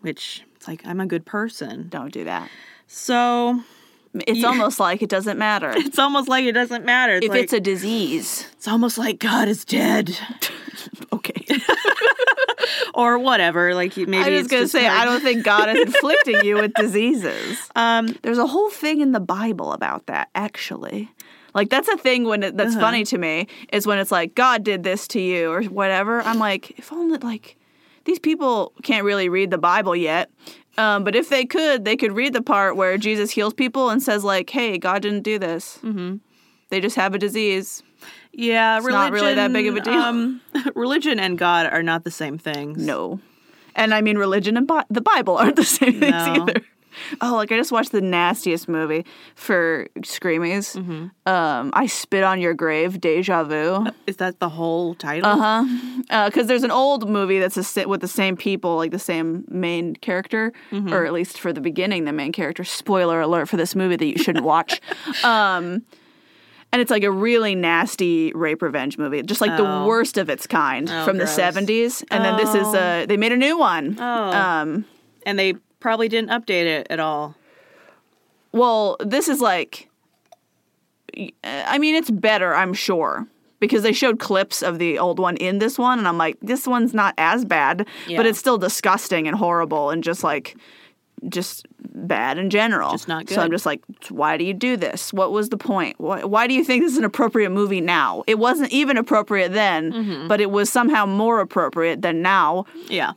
A: Which it's like I'm a good person,
B: Don't do that.
A: so
B: It's almost like it doesn't matter.
A: it's almost like it doesn't matter. It's
B: if
A: like,
B: it's a disease.
A: it's almost like God is dead
B: Okay.
A: or whatever. Like you- maybe
B: I was
A: it's
B: going to
A: just
B: say,
A: hard.
B: I don't think God is inflicting you with diseases.
A: Um,
B: There's a whole thing in the Bible about that, actually. Like that's a thing when it, that's funny to me is when it's like God did this to you or whatever. I'm like, if only like these people can't really read the Bible yet. Um, but if they could, they could read the part where Jesus heals people and says like, "Hey, God didn't do this. Mm-hmm. They just have a disease."
A: yeah, religion,
B: not really that big of a deal.
A: Um, religion and God are not the same things.
B: No. And I mean, religion and Bi- the Bible aren't the same things
A: No.
B: either. Oh, like I just watched the nastiest movie for Screamies.
A: Mm-hmm.
B: Um, I Spit on Your Grave, Deja Vu.
A: is that the whole title?
B: Uh-huh. Because there's an old movie that's a, si- with the same people, like the same main character,
A: Mm-hmm.
B: or at least for the beginning, the main character. Spoiler alert for this movie that you shouldn't watch. um, and it's like a really nasty rape revenge movie, just like the worst of its kind from
A: Oh. gross. Oh.
B: the 70s. And then this is, uh, they made a new one. Um,
A: and they probably didn't update it at all.
B: Well, this is like, I mean, it's better, I'm sure, because they showed clips of the old one in this one, and I'm like, this one's not as bad,
A: Yeah.
B: but it's still disgusting and horrible and just like, just bad in general.
A: Just not
B: So I'm
A: good.
B: just like, why do you do this? What was the point? Why, why do you think this is an appropriate movie now? It wasn't even
A: Mm-hmm.
B: Uh, appropriate then, but it was somehow more appropriate than now.
A: Yeah.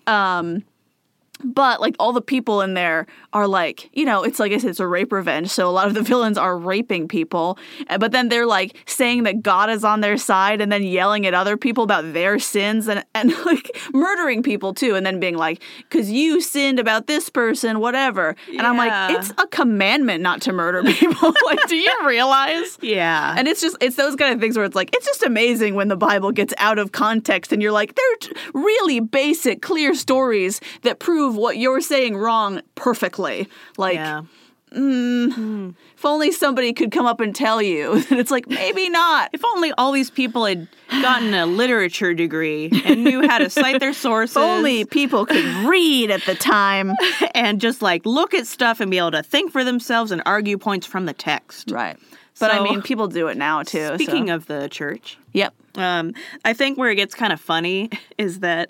B: But like all the people in there are like, you know, it's like I said, it's a rape revenge. So a lot of the villains are raping people. Uh, But then they're like saying that God is on their side and then yelling at other people about their sins and, and like murdering people too. And then being like, because you sinned about this person, whatever. And I'm like,
A: Yeah.
B: it's a commandment not to murder people. like, do you realize?
A: Yeah.
B: And it's just it's those kind of things where it's like it's just amazing when the Bible gets out of context and you're like they're t- really basic clear stories that prove what you're saying wrong perfectly. Like
A: yeah.
B: if only somebody could come up and tell you. And it's like maybe not.
A: If only all these people had gotten a literature degree and knew how to cite their sources.
B: If only people could read at the time.
A: and just like look at stuff and be able to think for themselves and argue points from the text.
B: right. But I
A: So-
B: mean people do it now too.
A: Speaking
B: so.
A: of the church,
B: Yep.
A: um, I think where it gets kind of funny is that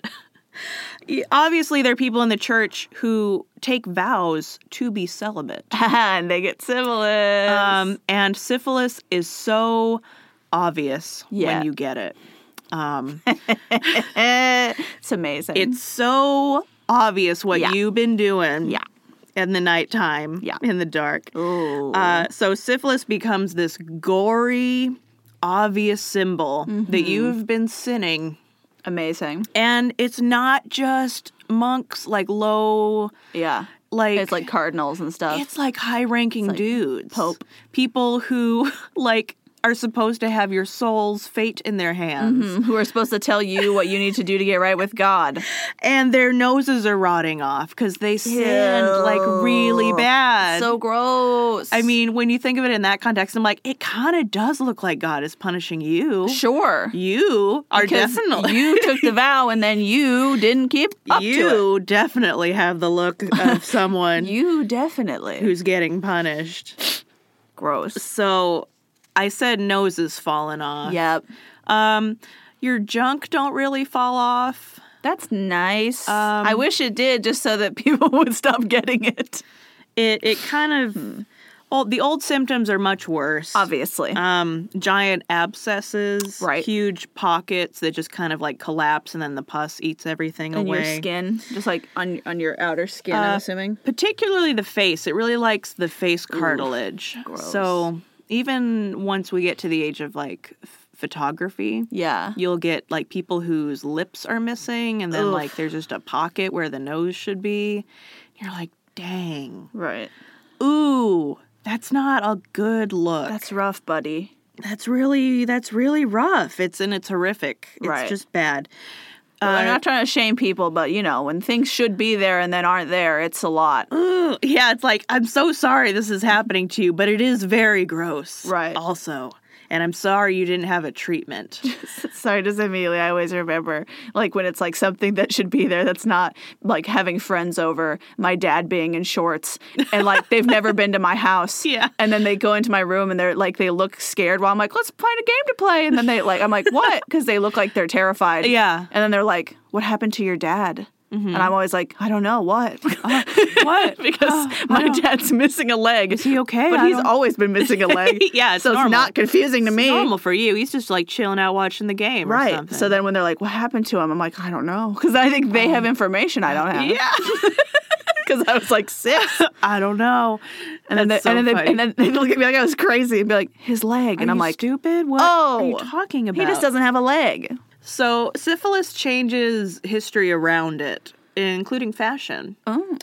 A: y- obviously there are people in the church who take vows to be celibate.
B: and they get syphilis.
A: Um, and syphilis is so obvious
B: Yeah.
A: when you get it. Um,
B: Eh, it's amazing.
A: It's so obvious what
B: Yeah.
A: you've been doing.
B: Yeah.
A: In the nighttime.
B: Yeah.
A: In the dark.
B: Ooh.
A: Uh, so syphilis becomes this gory, obvious symbol that
B: Mm-hmm.
A: you've been sinning.
B: amazing.
A: And it's not just monks, like low,
B: Yeah.
A: like.
B: It's like cardinals and stuff.
A: It's like high ranking dudes.
B: Pope.
A: People who, like, are supposed to have your soul's fate in their hands.
B: Mm, who are supposed to tell you what you need to do to get right with God.
A: And their noses are rotting off because they sinned, like, really
B: Ew.
A: bad.
B: So gross.
A: I mean, when you think of it in that context, I'm like, it kind of does look like God is punishing you.
B: sure.
A: You are
B: 'Cause
A: definitely
B: you took the vow and then you didn't keep up to
A: you definitely have the look of someone
B: it. You definitely.
A: who's getting punished.
B: Gross.
A: So I said noses falling off.
B: Yep.
A: Um, your junk don't really fall off.
B: That's nice.
A: Um,
B: I wish it did just so that people would stop getting it.
A: It it kind
B: Hmm.
A: of well the old symptoms are much worse.
B: Obviously.
A: Um, giant abscesses,
B: Right.
A: huge pockets that just kind of like collapse and then the pus eats everything
B: and
A: away.
B: your skin, just like on on your outer skin, I'm
A: Uh,
B: assuming.
A: particularly the face. It really likes the face cartilage.
B: gross.
A: So even once we get to the age of like f- photography,
B: Yeah.
A: you'll get like people whose lips are missing, and then
B: Oof.
A: like there's just a pocket where the nose should be. You're like, dang,
B: Right.
A: ooh, that's not a good look.
B: That's rough, buddy.
A: that's really that's really rough. It's and it's horrific. It's
B: Right.
A: just bad.
B: I'm
A: Uh,
B: not trying to shame people, but you know, when things should be there and then aren't there, it's a lot.
A: Ooh, yeah, it's like, I'm so sorry this is happening to you, but it is very gross.
B: Right.
A: Also. And I'm sorry you didn't have a treatment.
B: Sorry, does Amelia? I always remember like when it's like something that should be there that's not like having friends over, my dad being in shorts, and like they've never been to my house.
A: Yeah.
B: And then they go into my room and they're like they look scared while I'm like, let's find a game to play. And then they like I'm like, what? Because they look like they're terrified.
A: Yeah.
B: And then they're like, what happened to your dad? And I'm always like, I don't know what, Uh,
A: what?
B: because my dad's missing a leg. Is
A: he okay?
B: But
A: I
B: he's
A: don't-
B: always been missing a leg.
A: Yeah, it's
B: so it's
A: normal.
B: not confusing to me.
A: Normal for you. He's just like chilling out watching the game or
B: Right.
A: something. Oh.
B: So then when they're like, what happened to him? I'm like, I don't know. Because I think they have information I don't have.
A: yeah.
B: Because I was like six.
A: I don't know.
B: And then, they,
A: That's so
B: and, then they,
A: funny.
B: and then they look at me like I was crazy and be like, his leg. and
A: Are
B: I'm
A: you
B: like,
A: stupid? What are you
B: "Oh,
A: talking about?
B: he just doesn't have a leg.
A: So syphilis changes history around it, including fashion. Oh.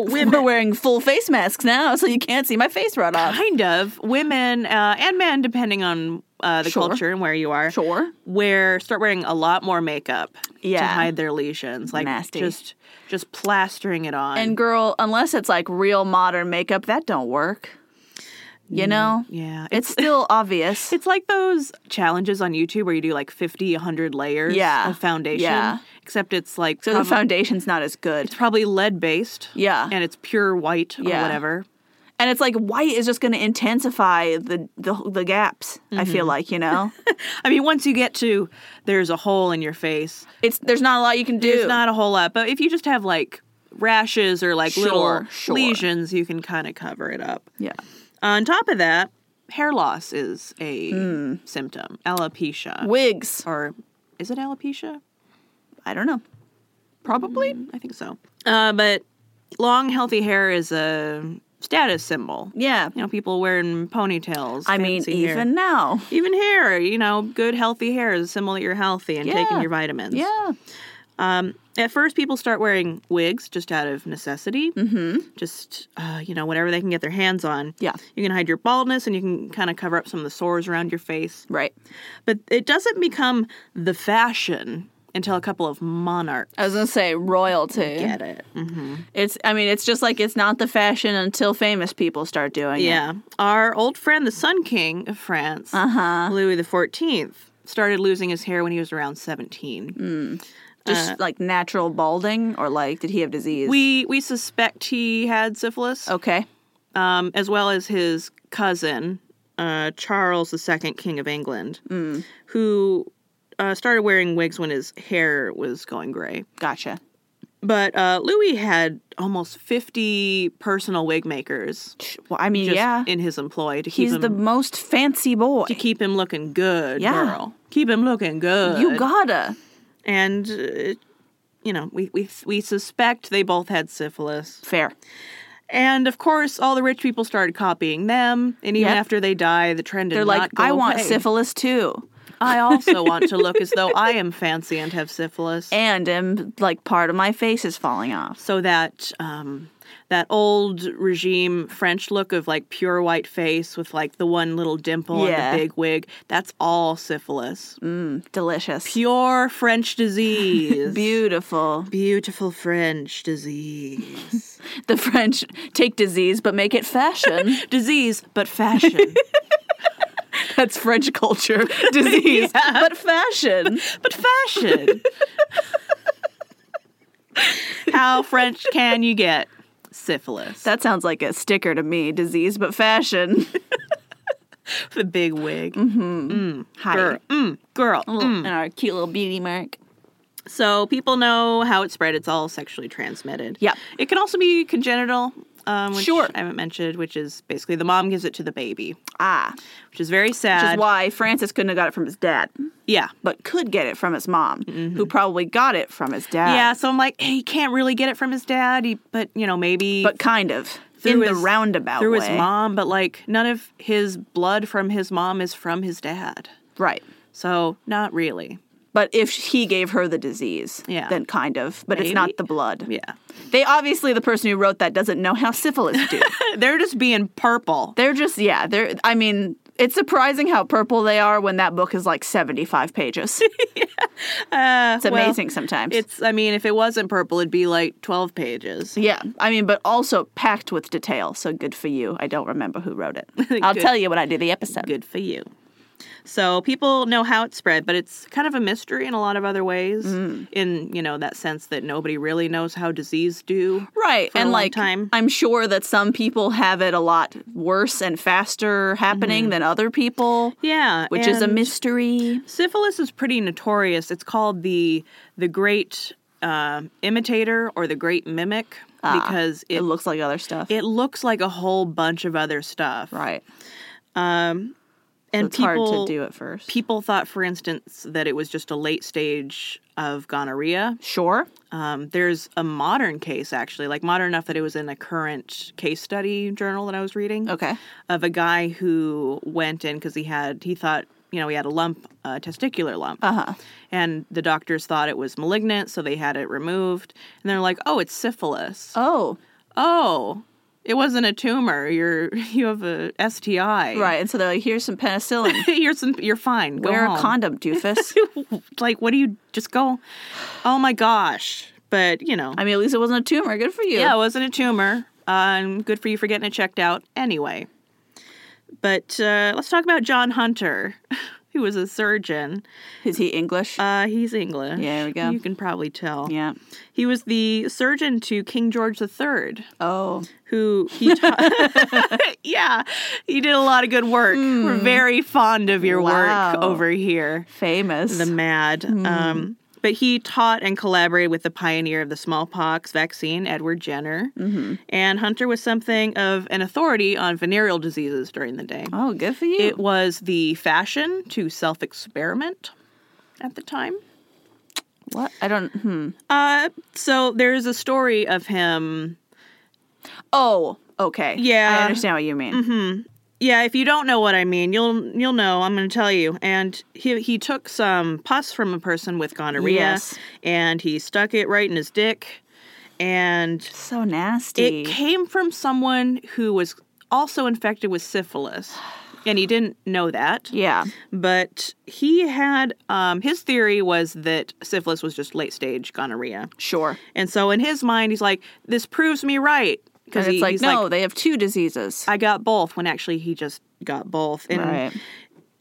A: women.
B: We're wearing full face masks now, so you can't see my face right off.
A: kind of women uh, and men, depending on uh, the
B: Sure.
A: culture and where you are,
B: Sure.
A: wear start wearing a lot more makeup to
B: Yeah.
A: hide their lesions, like
B: Nasty.
A: just just plastering it on.
B: And girl, unless it's like real modern makeup, that don't work. You know?
A: Mm. yeah, it's
B: It's still obvious.
A: it's like those challenges on YouTube where you do like 50, 100 layers
B: Yeah.
A: of foundation.
B: Yeah.
A: Except it's like
B: So the
A: prob-
B: foundation's not as good.
A: it's probably lead based.
B: Yeah.
A: And it's pure white or
B: Yeah.
A: whatever.
B: and it's like white is just going to intensify the the, the gaps. I
A: Mm-hmm.
B: feel like you know,
A: I mean, once you get to there's a hole in your face,
B: it's there's not a lot you can do.
A: It's not a whole lot, but if you just have like rashes or like
B: Sure,
A: little
B: sure.
A: lesions, you can kind of cover it up.
B: yeah,
A: On top of that, hair loss is a
B: Hmm.
A: symptom. Alopecia.
B: wigs.
A: or is it alopecia?
B: I don't know. Probably
A: I think so. Uh, but long, healthy hair is a status symbol.
B: Yeah.
A: You know, people wearing ponytails.
B: I mean,
A: fancy hair.
B: even now.
A: even hair. You know, good healthy hair is a symbol that you're healthy and
B: Yeah.
A: taking your vitamins.
B: Yeah.
A: At first, people start wearing wigs just out of necessity. Mm-hmm. Just, uh, you know, whatever they can get their hands on.
B: Yeah.
A: You can hide your baldness and you can kind of cover up some of the sores around your face.
B: Right.
A: But it doesn't become the fashion until a couple of monarchs
B: I was gonna say royalty.
A: get it.
B: It's. I mean, it's just like it's not the fashion until famous people start doing it.
A: Yeah. Our old friend, the Sun King of France, uh-huh. Louis XIV, started losing his hair when he was around 17.
B: Mm. Just like natural balding, or like did he have disease?
A: We we suspect he had syphilis,
B: okay.
A: um, as well as his cousin uh, Charles II, King of England,
B: Mm.
A: who uh, started wearing wigs when his hair was going gray.
B: Gotcha.
A: But uh, Louis had almost fifty personal wig makers
B: Well, I mean,
A: just
B: yeah.
A: in his employ to keep
B: He's
A: him
B: the most fancy boy.
A: to keep him looking good,
B: Yeah.
A: girl. Keep him looking good.
B: You gotta.
A: and. Uh, you know, we, we we suspect they both had syphilis.
B: Fair.
A: And of course, all the rich people started copying them. And even
B: Yep.
A: after they die, the trend did
B: They're
A: not
B: like,
A: go
B: I want
A: away.
B: syphilis too,
A: I also want to look as though I am fancy and have syphilis,
B: and am like part of my face is falling off.
A: so that um, that old regime French look of like pure white face with like the one little dimple
B: Yeah.
A: and the big wig. That's all syphilis.
B: Delicious.
A: Pure French disease.
B: Beautiful.
A: Beautiful French disease.
B: The French take disease but make it fashion.
A: disease, but fashion.
B: That's French culture. Disease but fashion.
A: but fashion. How French can you get? Syphilis.
B: That sounds like a sticker to me. Disease but fashion.
A: The big wig.
B: Hi.
A: Girl. Mm, Mm-hmm. girl.
B: And our cute little beauty mark.
A: So people know how it's spread. It's all sexually transmitted.
B: Yep.
A: It can also be congenital, um, which
B: Sure.
A: I haven't mentioned, which is basically the mom gives it to the baby,
B: Ah.
A: which is very
B: Which
A: sad.
B: is why Francis couldn't have got it from his dad,
A: yeah.
B: but could get it from his mom, who probably got it from his dad.
A: Mm-hmm. Yeah, so I'm like, hey, he can't really get it from his dad, he, but you know, maybe
B: But kind of. In
A: Through
B: the
A: his-
B: roundabout
A: through
B: way.
A: his mom, but like none of his blood from his mom is from his dad.
B: Right.
A: So, not really.
B: But if he gave her the disease,
A: Yeah.
B: then kind of. But it's
A: Maybe.
B: not the blood.
A: Yeah.
B: They obviously the person who wrote that doesn't know how syphilis do.
A: They're just being purple.
B: they're just yeah, they're I mean, it's surprising how purple they are when that book is like 75 pages. it's
A: Uh, well,
B: amazing sometimes.
A: It's, I mean, if it wasn't purple, it'd be like 12 pages.
B: yeah, I mean, but also packed with detail. So good for you. I don't remember who wrote it. I'll
A: Good.
B: tell you when I do the episode.
A: Good for you. So people know how it spread, but it's kind of a mystery in a lot of other ways.
B: Mm.
A: In you know that sense that nobody really knows how disease do.
B: Right,
A: for a
B: and
A: long
B: like
A: time.
B: I'm sure that some people have it a lot worse and faster happening than other people,
A: Yeah,
B: which is a
A: Mm-hmm. and
B: mystery.
A: syphilis is pretty notorious. It's called the the great um imitator or the great mimic because
B: Ah, It
A: it
B: looks like other stuff.
A: it looks like a whole bunch of other stuff.
B: right.
A: and
B: It's
A: people
B: hard to do at first.
A: people thought, for instance, that it was just a late stage of gonorrhea.
B: sure.
A: Um, there's a modern case, actually, like modern enough that it was in a current case study journal that I was reading
B: Okay.
A: of a guy who went in because he had, he thought, you know, he had a lump, a testicular lump.
B: Uh-huh.
A: And the doctors thought it was malignant, so they had it removed. And they're like, oh, it's syphilis.
B: Oh,
A: Oh, it wasn't a tumor. You're, you have a STI.
B: right. And so they're like, here's some penicillin.
A: you're, some, you're fine. Go
B: Wear a
A: home.
B: condom, doofus.
A: like what do you just go oh my gosh but you know
B: I mean, at least it wasn't a tumor. Good for you.
A: yeah it wasn't a tumor um good for you for getting it checked out anyway but uh, let's talk about john hunter who was a surgeon
B: Is he English?
A: uh he's english
B: Yeah, there we go.
A: you can probably tell
B: yeah.
A: he was the surgeon to king george iii
B: Oh,
A: who he taught yeah he did a lot of good work we're very fond of your
B: Hmm. Wow. Hmm.
A: work over here
B: famous.
A: the mad. Um, but he taught and collaborated with the pioneer of the smallpox vaccine, Edward Jenner.
B: Mm-hmm.
A: And Hunter was something of an authority on venereal diseases during the day.
B: oh, good for you.
A: It was the fashion to self experiment at the time.
B: What? I don't. Hmm.
A: Uh, so there's a story of him.
B: Oh, okay.
A: Yeah.
B: I understand what you mean.
A: Yeah, if you don't know what I mean, you'll you'll know. I'm going to tell you. And he he took some pus from a person with gonorrhea,
B: Yes.
A: and he stuck it right in his dick, and
B: So nasty.
A: it came from someone who was also infected with syphilis, and he didn't know that.
B: yeah.
A: But he had um, his theory was that syphilis was just late stage gonorrhea.
B: Sure.
A: And so in his mind, he's like, "This proves me right."
B: Because
A: Because
B: it's
A: he,
B: like
A: he's
B: no,
A: like,
B: they have two diseases.
A: "I got both," when actually he just got both. And
B: right.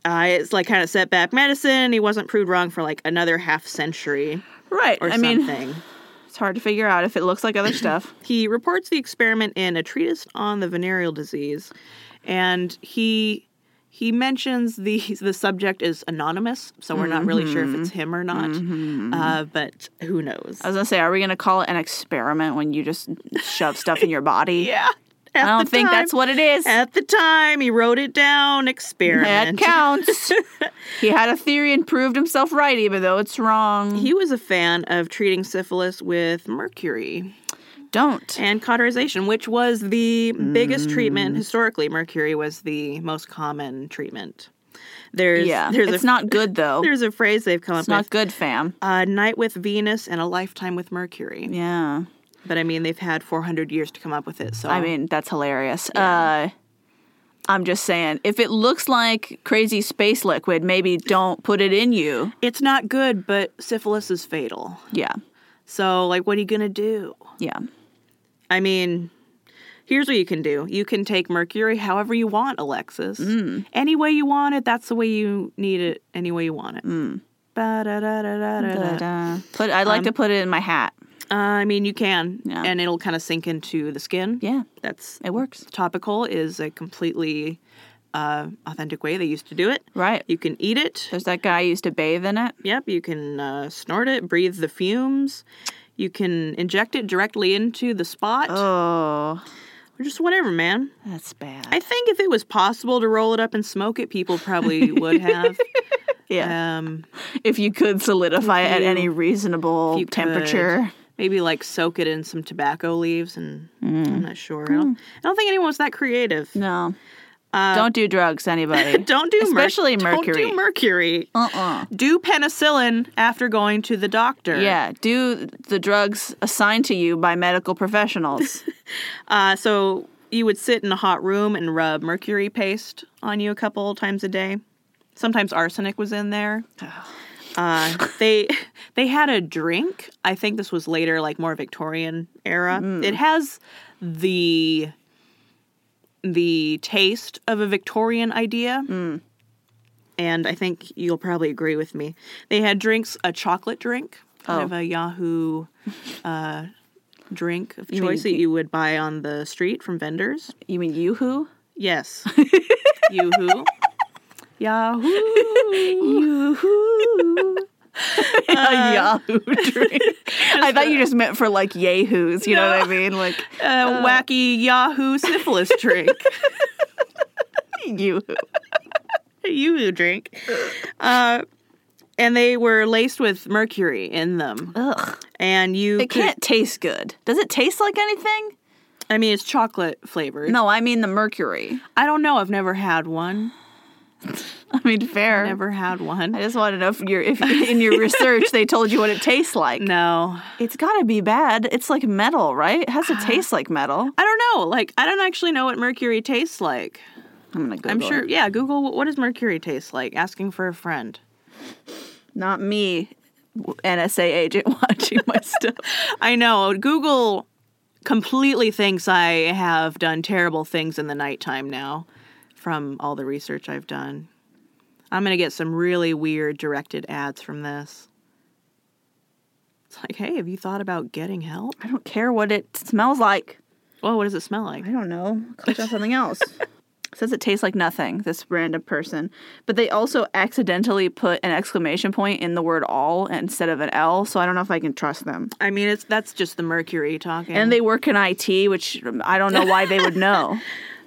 A: uh, it's like kind of setback medicine. He wasn't proved wrong for like another half century
B: Right.
A: or
B: I
A: something.
B: mean, it's hard to figure out if it looks like other stuff.
A: he reports the experiment in a treatise on the venereal disease, and he he mentions the the subject is anonymous, so we're not really sure if it's him or not. Uh, but who knows?
B: I was gonna say, are we gonna call it an experiment when you just shove stuff in your body?
A: yeah,
B: I don't think that's what it is.
A: At the time, he wrote it down.
B: That
A: Experiment.
B: counts. he had a theory and proved himself right, even though it's wrong.
A: He was a fan of treating syphilis with mercury
B: Don't.
A: and cauterization, which was the biggest
B: Mm.
A: treatment historically. Mercury was the most common treatment. There's
B: yeah,
A: there's
B: it's
A: a,
B: not good though.
A: there's a phrase they've come
B: It's
A: up
B: not
A: with:
B: good, fam.
A: a night with Venus and a lifetime with Mercury.
B: Yeah,
A: But I mean, they've had 400 years to come up with it. So
B: I mean that's hilarious. Uh, I'm just saying, if it looks like crazy space liquid, maybe don't put it in you.
A: it's not good, but syphilis is fatal.
B: Yeah,
A: So like, what are you gonna do?
B: yeah.
A: I mean, here's what you can do. You can take mercury however you want, Alexis.
B: Mm.
A: Any way you want it, that's the way you need it, any way you want it.
B: Mm.
A: Ba-da-da-da-da-da.
B: Da-da. uh, Put. I'd
A: um,
B: like to put it in my hat.
A: Uh, I mean, you can,
B: Yeah.
A: and it'll kind of sink into the skin.
B: Yeah,
A: That's
B: it works.
A: topical is a completely uh, authentic way they used to do it.
B: Right.
A: You can eat it.
B: There's that guy who used to bathe in it.
A: Yep, you can uh, snort it, breathe the fumes. You can inject it directly into the spot.
B: Oh,
A: Or just whatever, man.
B: that's bad.
A: I think if it was possible to roll it up and smoke it, people probably would have.
B: yeah.
A: Um,
B: if you could solidify it at any reasonable
A: you could.
B: temperature.
A: maybe like soak it in some tobacco leaves, and
B: Mm.
A: I'm not sure. I, don't, I don't think anyone was that creative.
B: No. don't do drugs, anybody.
A: Uh, Don't do merc-
B: Especially mercury.
A: Don't do mercury.
B: uh uh
A: Do penicillin after going to the doctor.
B: Yeah, do the drugs assigned to you by medical professionals.
A: Uh, so you would sit in a hot room and rub mercury paste on you a couple times a day. Sometimes arsenic was in there. Uh, they they had a drink. I think this was later, like more Victorian era. It has the the taste of a Victorian idea. And I think you'll probably agree with me. They had drinks, a chocolate drink, kind
B: Oh.
A: of a Yahoo uh, drink of
B: mean
A: choice that you would buy on the street from vendors.
B: you mean Yoo-hoo?
A: Yes. Yoo-hoo. Yahoo.
B: Yoo-hoo. A
A: Uh,
B: Yahoo drink. I thought you just meant for like yahoos, you know what I mean? Like
A: A
B: Uh,
A: wacky Yahoo syphilis drink.
B: yoo-hoo.
A: Yoo-hoo drink. Uh, and they were laced with mercury in them.
B: Ugh.
A: And you
B: It
A: could-
B: can't taste good. Does it taste like anything?
A: I mean, it's chocolate flavored.
B: No, I mean the mercury.
A: I don't know. I've never had one.
B: I mean fair.
A: Never had
B: I
A: one.
B: just want to know if, your, if in your research they told you what it tastes like.
A: No.
B: It's got to be bad. It's like metal, right? It has to taste like metal.
A: I don't know. Like, I don't actually know what mercury tastes like.
B: I'm gonna Google.
A: I'm sure. Yeah, Google. What, what does mercury taste like? Asking for a friend.
B: not me, NSA agent watching my stuff.
A: I know. Google completely thinks I have done terrible things in the nighttime now from all the research I've done. I'm going to get some really weird directed ads from this. It's like, hey, have you thought about getting help?
B: I don't care what it smells like.
A: Well, what does it smell like?
B: I don't know. Click on something else. Says it tastes like nothing. This random person, but they also accidentally put an exclamation point in the word "all" instead of an L. So I don't know if I can trust them.
A: I mean, it's that's just the mercury talking.
B: And they work in IT, which um, I don't know why they would know.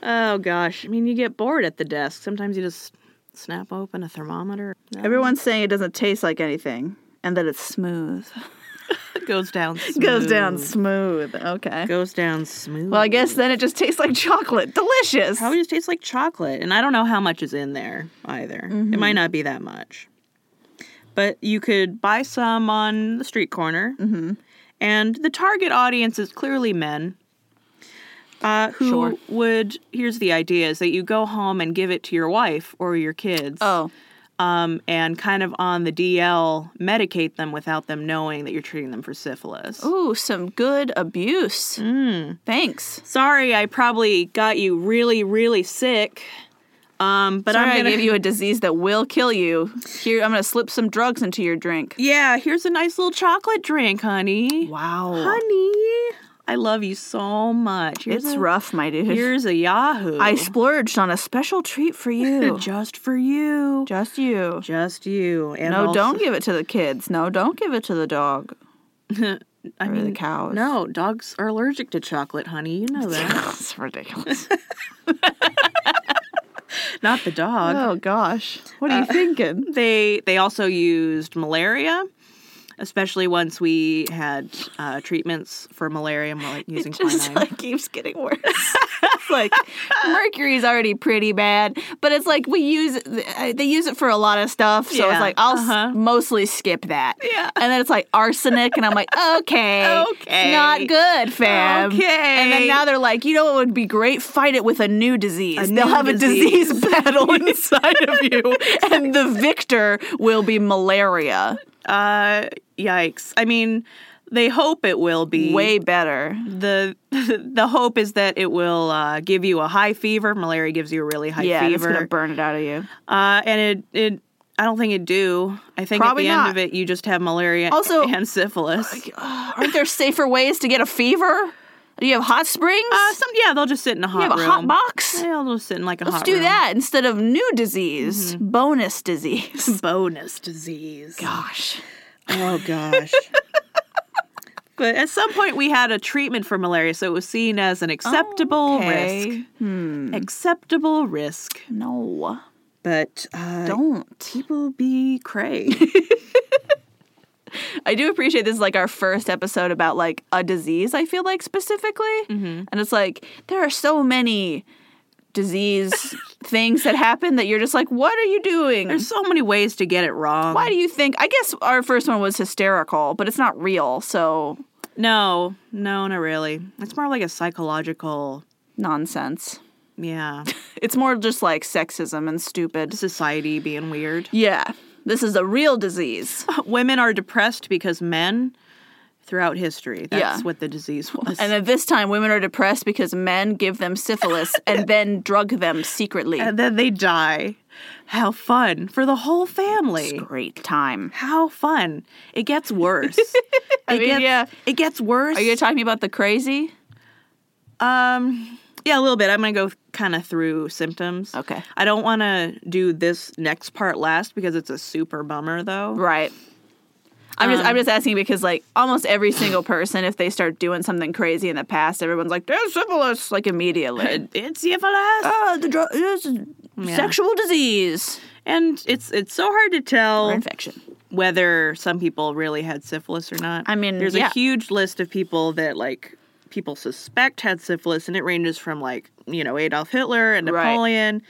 A: Oh gosh, I mean, you get bored at the desk. Sometimes you just snap open a thermometer. No.
B: Everyone's saying it doesn't taste like anything. and that it's smooth.
A: It goes down smooth.
B: Goes down smooth. Okay.
A: Goes down smooth.
B: Well, I guess then it just tastes like chocolate. Delicious.
A: Probably just tastes like chocolate. And I don't know how much is in there either. It
B: Mm-hmm.
A: might not be that much. But you could buy some on the street corner. Mm-hmm. And the target audience is clearly men. Uh, who
B: Sure.
A: would here's the idea is that you go home and give it to your wife or your kids
B: Oh,
A: um, and kind of on the DL medicate them without them knowing that you're treating them for syphilis.
B: ooh, some good abuse. Mm. Thanks.
A: Sorry, I probably got you really, really sick. Um, but
B: But I'm
A: I'm
B: going to
A: gonna
B: give you a disease that will kill you. Here, I'm going to slip some drugs into your drink.
A: Yeah, here's a nice little chocolate drink, honey.
B: Wow.
A: Honey, I love you so much. Here's
B: It's
A: a,
B: rough, my dude.
A: Here's a Yahoo.
B: I splurged on a special treat for you.
A: just for you.
B: Just you.
A: Just you. And
B: No,
A: also-
B: don't give it to the kids. No, don't give it to the dog
A: I
B: or the
A: mean,
B: cows.
A: no, dogs are allergic to chocolate, honey. You know that.
B: That's ridiculous.
A: Not the dog.
B: oh, gosh. What are you thinking?
A: they they also used malaria especially once we had uh, treatments for malaria mal- using
B: just
A: quinine
B: like keeps getting worse. it's like mercury's already pretty bad, but it's like we use uh, they use it for a lot of stuff, so
A: Yeah,
B: it's like I'll s-
A: uh-huh.
B: mostly skip that.
A: Yeah.
B: and then it's like arsenic, and I'm like, okay,
A: Okay.
B: it's not good, fam.
A: Okay.
B: and then now they're like, you know what would be great? Fight it with a new disease. They'll
A: new
B: have
A: disease.
B: a disease battle inside of you, and the victor will be malaria.
A: uh yikes i mean they hope it will be
B: Way better.
A: the the hope is that it will uh, give you a high fever malaria gives you a really high
B: yeah, it's
A: fever
B: gonna burn it out of you.
A: uh and it it I don't think it do. I think
B: Probably
A: at the
B: not.
A: end of it, you just have malaria
B: Also-
A: and syphilis.
B: Aren't there safer ways to get a fever? Do you have hot springs?
A: Uh, some, yeah, they'll just sit in a hot
B: you have
A: room.
B: a hot box?
A: Yeah, they'll just sit in like a
B: Let's
A: hot
B: do
A: room.
B: that instead of new disease, bonus disease.
A: Bonus disease.
B: Gosh.
A: Oh gosh. but at some point we had a treatment for malaria, so it was seen as an acceptable risk.
B: Okay. Hmm.
A: Acceptable risk.
B: No.
A: But uh,
B: Don't.
A: people be cray.
B: I do appreciate this is like our first episode about like a disease, I feel like specifically. And it's like there are so many disease things that happen that you're just like, what are you doing?
A: There's so many ways to get it wrong.
B: Why do you think? I guess our first one was hysterical, but it's not real, so
A: No, no, not really. It's more like a psychological.
B: nonsense.
A: Yeah,
B: It's more just like sexism and stupid.
A: society being weird.
B: Yeah. This is a real disease.
A: Women are depressed because men, throughout history, that's
B: Yeah.
A: what the disease was.
B: And at this time, women are depressed because men give them syphilis and then drug them secretly.
A: and then they die. How fun for the whole family.
B: Great time.
A: How fun. It gets worse. it
B: mean,
A: gets,
B: yeah.
A: It gets worse.
B: Are you talking about the crazy?
A: um yeah, a little bit. I'm going to go kind of through symptoms.
B: Okay.
A: I don't want to do this next part last because it's a super bummer though.
B: Right. I'm just I'm just asking because like almost every single person, if they start doing something crazy in the past, everyone's like, "There's syphilis!" like immediately.
A: It- It's syphilis.
B: oh, the drug, this is sexual disease
A: and it's it's so hard to
B: or
A: tell
B: infection.
A: whether some people really had syphilis or not.
B: I mean,
A: there's a
B: yeah.
A: huge list of people that like people suspect had syphilis, and it ranges from like you know Adolf Hitler and
B: Right.
A: Napoleon.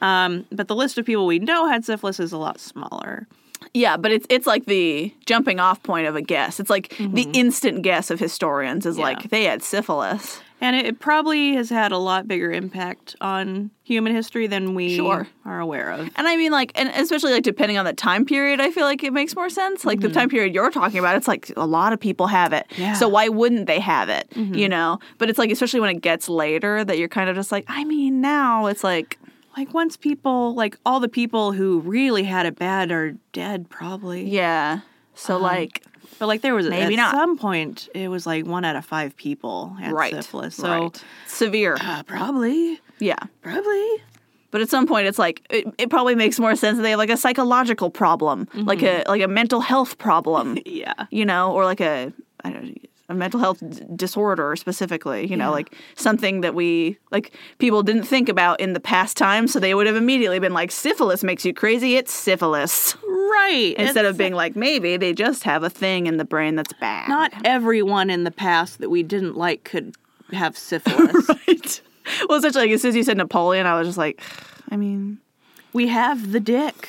A: Um, but the list of people we know had syphilis is a lot smaller.
B: Yeah, but it's it's like the jumping off point of a guess. It's like the instant guess of historians is like they had syphilis.
A: And it, it probably has had a lot bigger impact on human history than we
B: Sure.
A: are aware of.
B: And I mean like and especially like depending on the time period, I feel like it makes more sense. Like the time period you're talking about, it's like a lot of people have it.
A: Mm-hmm. Yeah. Mm-hmm.
B: So why wouldn't they have it? You know? But it's like especially when it gets later that you're kind of just like, I mean, now it's like
A: Like once people, like all the people who really had it bad are dead, probably.
B: yeah. So
A: Um,
B: like
A: But like there was
B: Maybe
A: at
B: not.
A: some point it was like one out of five people had
B: right.
A: syphilis. So
B: right. severe.
A: uh, probably,
B: Yeah.
A: probably.
B: But at some point, it's like it, it probably makes more sense that they have like a psychological problem, like
A: Mm-hmm.
B: a like a mental health problem,
A: Yeah.
B: you know, or like a I don't a mental health d- disorder specifically, you know, like something that we like people didn't think about in the past time, so they would have immediately been like syphilis makes you crazy, it's syphilis.
A: Right.
B: Instead
A: It's
B: of being like, maybe they just have a thing in the brain that's bad.
A: not everyone in the past that we didn't like could have syphilis.
B: right. Well, such like as soon as you said Napoleon, I was just like, I mean,
A: We have the dick.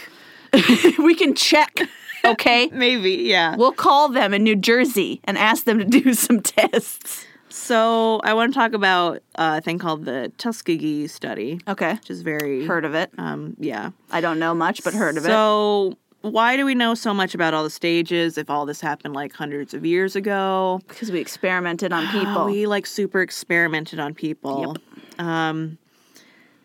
B: we can check, okay?
A: Maybe, yeah.
B: we'll call them in New Jersey and ask them to do some tests.
A: So I want to talk about uh, a thing called the Tuskegee study,
B: Okay.
A: which is very
B: Heard of it.
A: Um, yeah.
B: I don't know much, but heard of it.
A: So why do we know so much about all the stages if all this happened like hundreds of years ago?
B: Because we experimented on people.
A: We like super experimented on people. Um,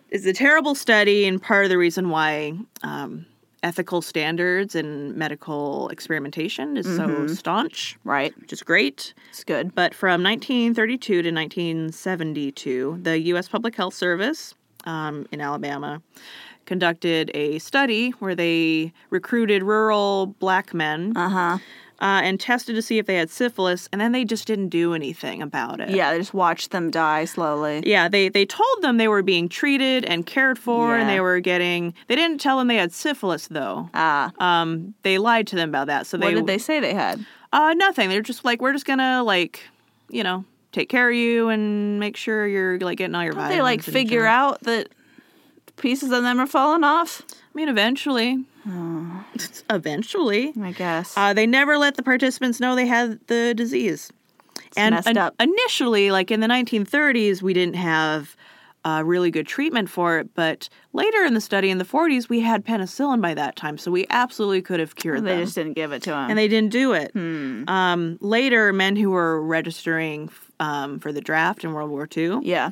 A: it's a terrible study, and part of the reason why um, ethical standards and medical experimentation is
B: Mm-hmm.
A: so staunch,
B: right.
A: which is great.
B: It's good.
A: But from 1932 to 1972, the U.S. Public Health Service um, in Alabama conducted a study where they recruited rural black men
B: Uh-huh.
A: uh, and tested to see if they had syphilis, and then they just didn't do anything about it.
B: Yeah, they just watched them die slowly.
A: Yeah, they, they told them they were being treated and cared for, and
B: Yeah.
A: they were getting. They didn't tell them they had syphilis, though.
B: Ah.
A: Um, they lied to them about that. So
B: what
A: they
B: did they say they had?
A: Uh, nothing. They're just like, we're just gonna like, you know, take care of you and make sure you're like getting all your
B: Don't
A: vitamins.
B: they like
A: and
B: figure
A: junk.
B: out that pieces of them are falling off?
A: I mean, eventually. eventually.
B: I guess.
A: Uh, they never let the participants know they had the disease. and
B: messed
A: in-
B: up.
A: initially, like in the 1930s, we didn't have uh, really good treatment for it. But later in the study, in the 40s, we had penicillin by that time, so we absolutely could have cured
B: they
A: them.
B: just didn't give it to them.
A: and they didn't do it.
B: Hmm.
A: Um, later, men who were registering um, for the draft in World War II,
B: yeah.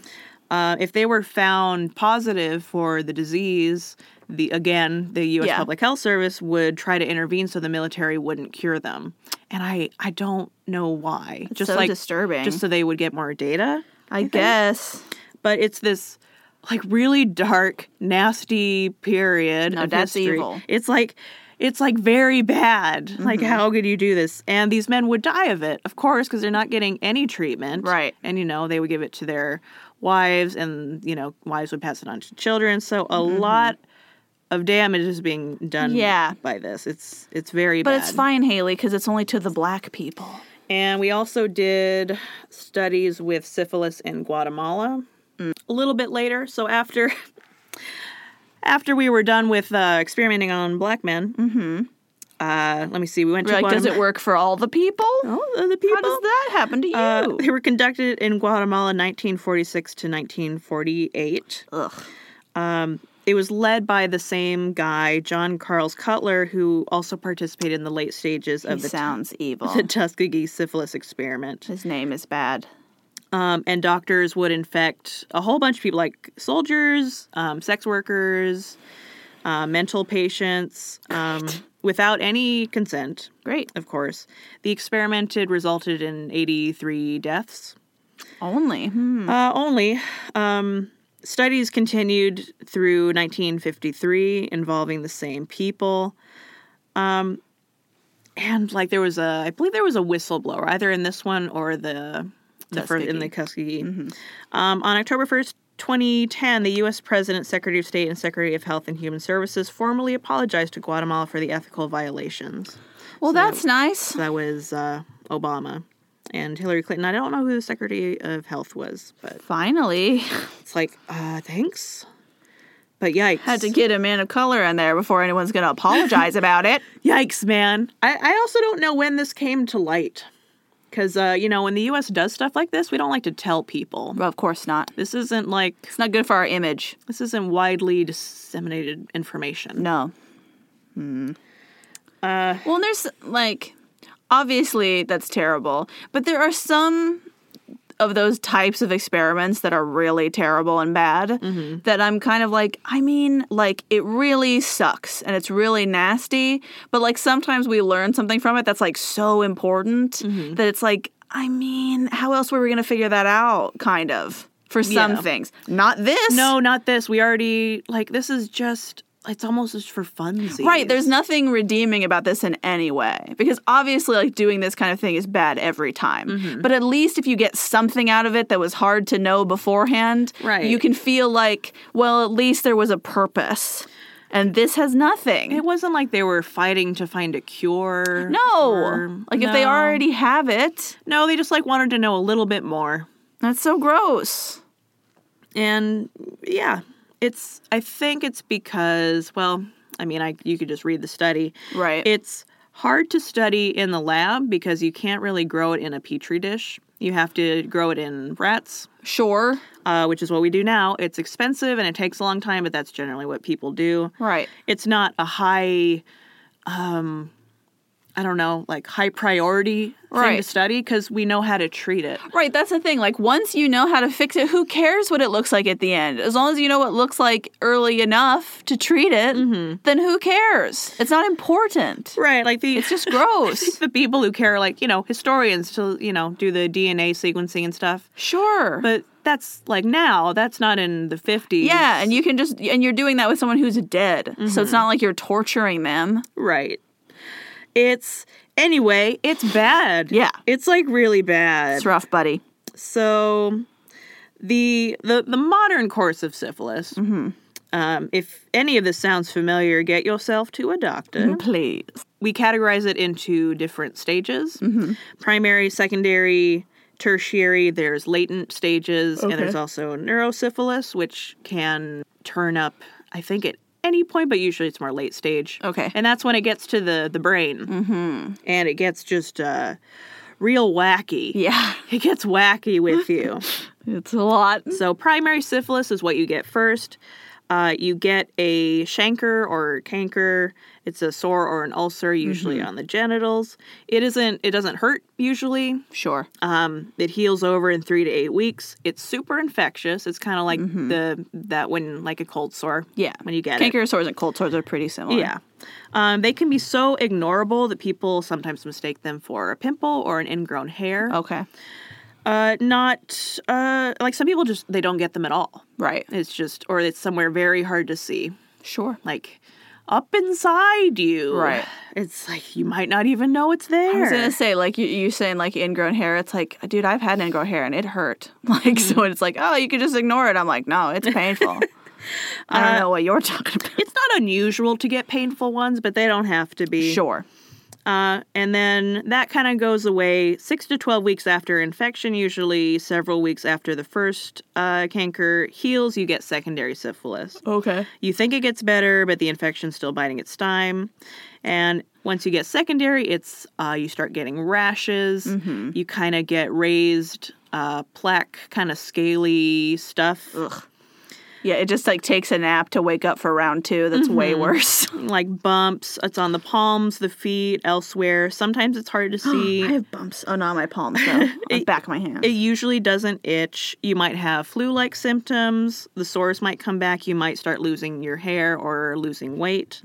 A: uh, if they were found positive for the disease, the again the U.S.
B: Yeah.
A: Public Health Service would try to intervene so the military wouldn't cure them. And I I don't know why. just
B: so
A: like
B: disturbing.
A: just so they would get more data.
B: I guess.
A: But it's this like really dark, nasty period.
B: No,
A: of
B: that's
A: history.
B: evil. Mm-hmm.
A: It's like it's like very bad. Like how could you do this? And these men would die of it, of course, because they're not getting any treatment.
B: Right.
A: And you know, they would give it to their wives and you know, wives would pass it on to children. So a lot of damage is being done
B: Mm-hmm. Yeah.
A: by this. It's it's very
B: But
A: bad.
B: it's fine, Haley, because it's only to the black people.
A: And we also did studies with syphilis in Guatemala a little bit later. So after after we were done with uh, experimenting on black men, mm-hmm. uh, let me see. We went to
B: Like, does
A: Guatemala.
B: it work for all the people?
A: Oh, the- the
B: How does
A: people.
B: that happen to you?
A: Uh, they were conducted in Guatemala 1946 to 1948.
B: Ugh.
A: It was led by the same guy, John Carls Cutler, who also participated in the late stages
B: He
A: of the,
B: sounds evil.
A: the Tuskegee syphilis experiment.
B: His name is bad.
A: um, and doctors would infect a whole bunch of people like soldiers um, sex workers uh, mental patients um, without any consent
B: Great.
A: of course the experimented resulted in 83 deaths
B: Only. Hmm.
A: uh, only um, studies continued through 1953 involving the same people um, and like there was a i believe there was a whistleblower either in this one or the the first in the Tuskegee. Um, on October 1st, 2010, the U.S. President, Secretary of State, and Secretary of Health and Human Services formally apologized to Guatemala for the ethical violations.
B: Well, that's nice.
A: That was uh, Obama and Hillary Clinton. I don't know who the Secretary of Health was, but
B: Finally,
A: it's like, uh, thanks. But yikes.
B: had to get a man of color in there before anyone's going to apologize about it.
A: Yikes, man. I, I also don't know when this came to light. Because, uh, you know, when the U.S. does stuff like this, we don't like to tell people.
B: Well, of course not.
A: This isn't like
B: It's not good for our image.
A: This isn't widely disseminated information.
B: No. Hmm. well, and there's like, obviously that's terrible, but there are some of those types of experiments that are really terrible and bad
A: Mm-hmm.
B: that I'm kind of like, I mean, like it really sucks and it's really nasty, but like sometimes we learn something from it that's like so important
A: Mm-hmm.
B: that it's like, I mean, how else were we going to figure that out? Kind of. For some
A: Yeah.
B: things, not this.
A: No, not this. We already like this is just it's almost just for funsies.
B: Right, there's nothing redeeming about this in any way because obviously like doing this kind of thing is bad every time.
A: Mm-hmm.
B: But at least if you get something out of it that was hard to know beforehand,
A: Right.
B: you can feel like, well, at least there was a purpose. And this has nothing.
A: It wasn't like they were fighting to find a cure.
B: no.
A: or-
B: like if they
A: No.
B: already have it,
A: No, they just like wanted to know a little bit more.
B: that's so gross.
A: And yeah, it's I think it's because well, I mean, I you could just read the study.
B: Right.
A: It's hard to study in the lab because you can't really grow it in a petri dish. You have to grow it in rats,
B: sure.
A: uh, which is what we do now. It's expensive and it takes a long time, but that's generally what people do.
B: Right.
A: It's not a high, um, I don't know, like high priority thing to
B: Right.
A: study because we know how to treat it.
B: Right, that's the thing. Like once you know how to fix it, who cares what it looks like at the end? As long as you know what it looks like early enough to treat it,
A: Mm-hmm.
B: then who cares? It's not important.
A: Right, like the
B: It's just gross.
A: the people who care, like you know, historians to you know do the DNA sequencing and stuff.
B: sure.
A: But that's like now. That's not in the fifties.
B: yeah, and you can just and you're doing that with someone who's dead. So
A: Mm-hmm.
B: it's not like you're torturing them.
A: Right. It's anyway, it's bad.
B: Yeah.
A: It's like really bad.
B: It's rough, buddy.
A: So the the the modern course of syphilis.
B: Mm-hmm.
A: Um, if any of this sounds familiar, get yourself to a doctor.
B: Please.
A: We categorize it into different stages:
B: Mm-hmm.
A: primary, secondary, tertiary. There's latent stages, and there's also neurosyphilis, which can turn up, I think, at any point, but usually it's more late stage.
B: Okay.
A: And that's when it gets to the the brain, mm-hmm. and it gets just uh, real wacky.
B: Yeah.
A: It gets wacky with you.
B: It's a lot.
A: so primary syphilis is what you get first. Uh, you get a chancre or canker. It's a sore or an ulcer, usually
B: Mm-hmm.
A: on the genitals. It isn't. It doesn't hurt usually.
B: Sure.
A: Um, it heals over in three to eight weeks. It's super infectious. It's kind of like the that when like a cold sore.
B: Mm-hmm. Yeah.
A: When you get it.
B: Canker sores and cold sores are pretty similar.
A: Yeah. Um, they can be so ignorable that people sometimes mistake them for a pimple or an ingrown hair.
B: Okay.
A: Uh, not uh, like some people just they don't get them at all.
B: Right.
A: It's just or it's somewhere very hard to see,
B: Sure.
A: like up inside you.
B: Right.
A: It's like you might not even know it's
B: I was
A: there.
B: gonna say, like you, you saying, like ingrown hair. It's like, dude, I've had ingrown hair and it hurt. Like so,
A: Mm-hmm.
B: it's like, oh, you can just ignore it. I'm like, no, it's painful. I
A: Uh,
B: don't know what you're talking about.
A: It's not unusual to get painful ones, but they don't have to be.
B: Sure.
A: Uh, and then that kind of goes away six to 12 weeks after infection, usually several weeks after the first uh, canker heals, you get secondary syphilis.
B: Okay.
A: You think it gets better, but the infection's still biting its time. And once you get secondary, it's uh, you start getting rashes. You kind of get raised uh, plaque, kind of scaly stuff,
B: Yeah, it just like takes a nap to wake up for round two. That's way
A: Mm-hmm.
B: worse.
A: like bumps. It's on the palms, the feet, elsewhere. Sometimes it's hard to see.
B: I have bumps. Oh, not on my palms though. On the back of my hand.
A: It usually doesn't itch. You might have flu like symptoms. The sores might come back. You might start losing your hair or losing weight.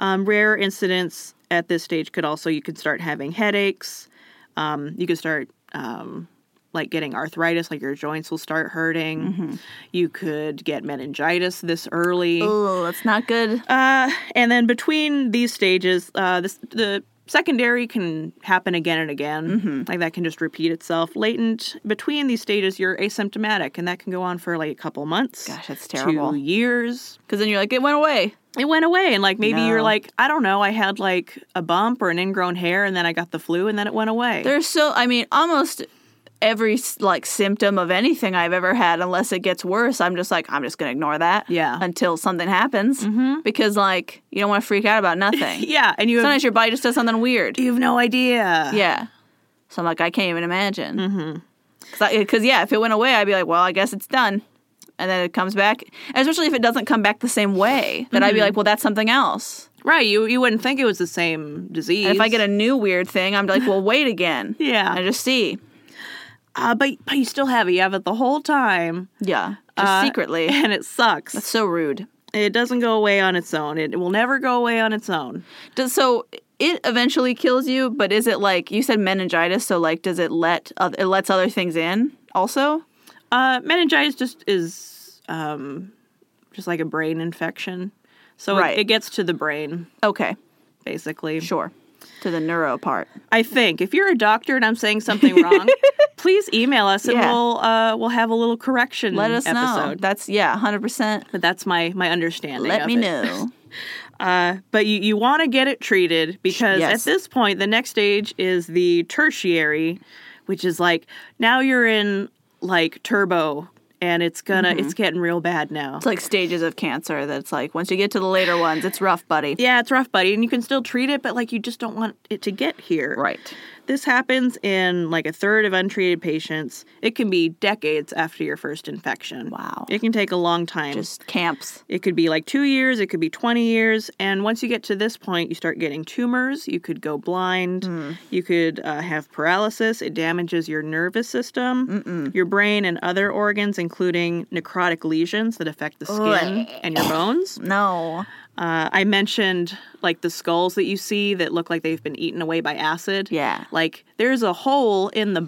A: Um, rare incidents at this stage could also, you could start having headaches. Um, you could start um, like getting arthritis, like your joints will start hurting. You could get meningitis this early.
B: oh, that's not good.
A: Uh, and then between these stages, uh, this, the secondary can happen again and again.
B: Mm-hmm.
A: Like that can just repeat itself. Latent, between these stages, you're asymptomatic, and that can go on for like a couple months.
B: Gosh, that's terrible.
A: Two years.
B: Because then you're like, it went away.
A: It went away, and like maybe you're
B: No.
A: like, I don't know, I had like a bump or an ingrown hair, and then I got the flu, and then it went away.
B: There's so, I mean, almost every like symptom of anything I've ever had, unless it gets worse, I'm just like, I'm just gonna ignore that.
A: Yeah.
B: Until something happens, mm-hmm. because like you don't want to freak out about nothing.
A: yeah, and you have,
B: Sometimes your body just does something weird.
A: you have no idea.
B: Yeah. So I'm like, I can't even imagine. Mm-hmm. Because yeah, if it went away, I'd be like, well, I guess it's done. And then it comes back, and especially if it doesn't come back the same way, then
A: Mm-hmm.
B: I'd be like, well, that's something else.
A: Right. You you wouldn't think it was the same disease.
B: And if I get a new weird thing, I'm like, well, wait again.
A: Yeah.
B: And just see.
A: uh, but but you still have it. You have it the whole time,
B: Yeah. Just
A: Uh,
B: secretly.
A: and it sucks.
B: That's so rude.
A: It doesn't go away on its own. It will never go away on its own.
B: Does, so it eventually kills you, but is it like you said meningitis? So like, does it let oth- it lets other things in also?
A: Uh, meningitis just is um, just like a brain infection, so it-
B: Right.
A: it, gets to the brain
B: Okay,
A: basically.
B: sure. to the neuro part.
A: I think if you're a doctor and I'm saying something wrong, please email us and
B: Yeah.
A: we'll uh, we'll have a little correction
B: Let us know.
A: episode.
B: That's yeah, hundred percent.
A: But that's my my understanding.
B: Let
A: of
B: me
A: it.
B: know.
A: Uh, but you, you want to get it treated because
B: Yes.
A: at this point, the next stage is the tertiary, which is like now you're in like turbo and it's gonna
B: Mm-hmm.
A: it's getting real bad now.
B: It's like stages of cancer. That's like once you get to the later ones, it's rough, buddy.
A: Yeah, it's rough, buddy, and you can still treat it, but like you just don't want it to get here.
B: Right.
A: This happens in like a third of untreated patients. It can be decades after your first infection.
B: Wow.
A: It can take a long time.
B: Just camps.
A: It could be like two years, it could be 20 years. And once you get to this point, you start getting tumors, you could go blind, you could uh, have paralysis. It damages your nervous system, your brain, and other organs, including necrotic lesions that affect the skin and your bones.
B: No.
A: Uh, I mentioned like the skulls that you see that look like they've been eaten away by acid.
B: Yeah.
A: Like there's a hole in the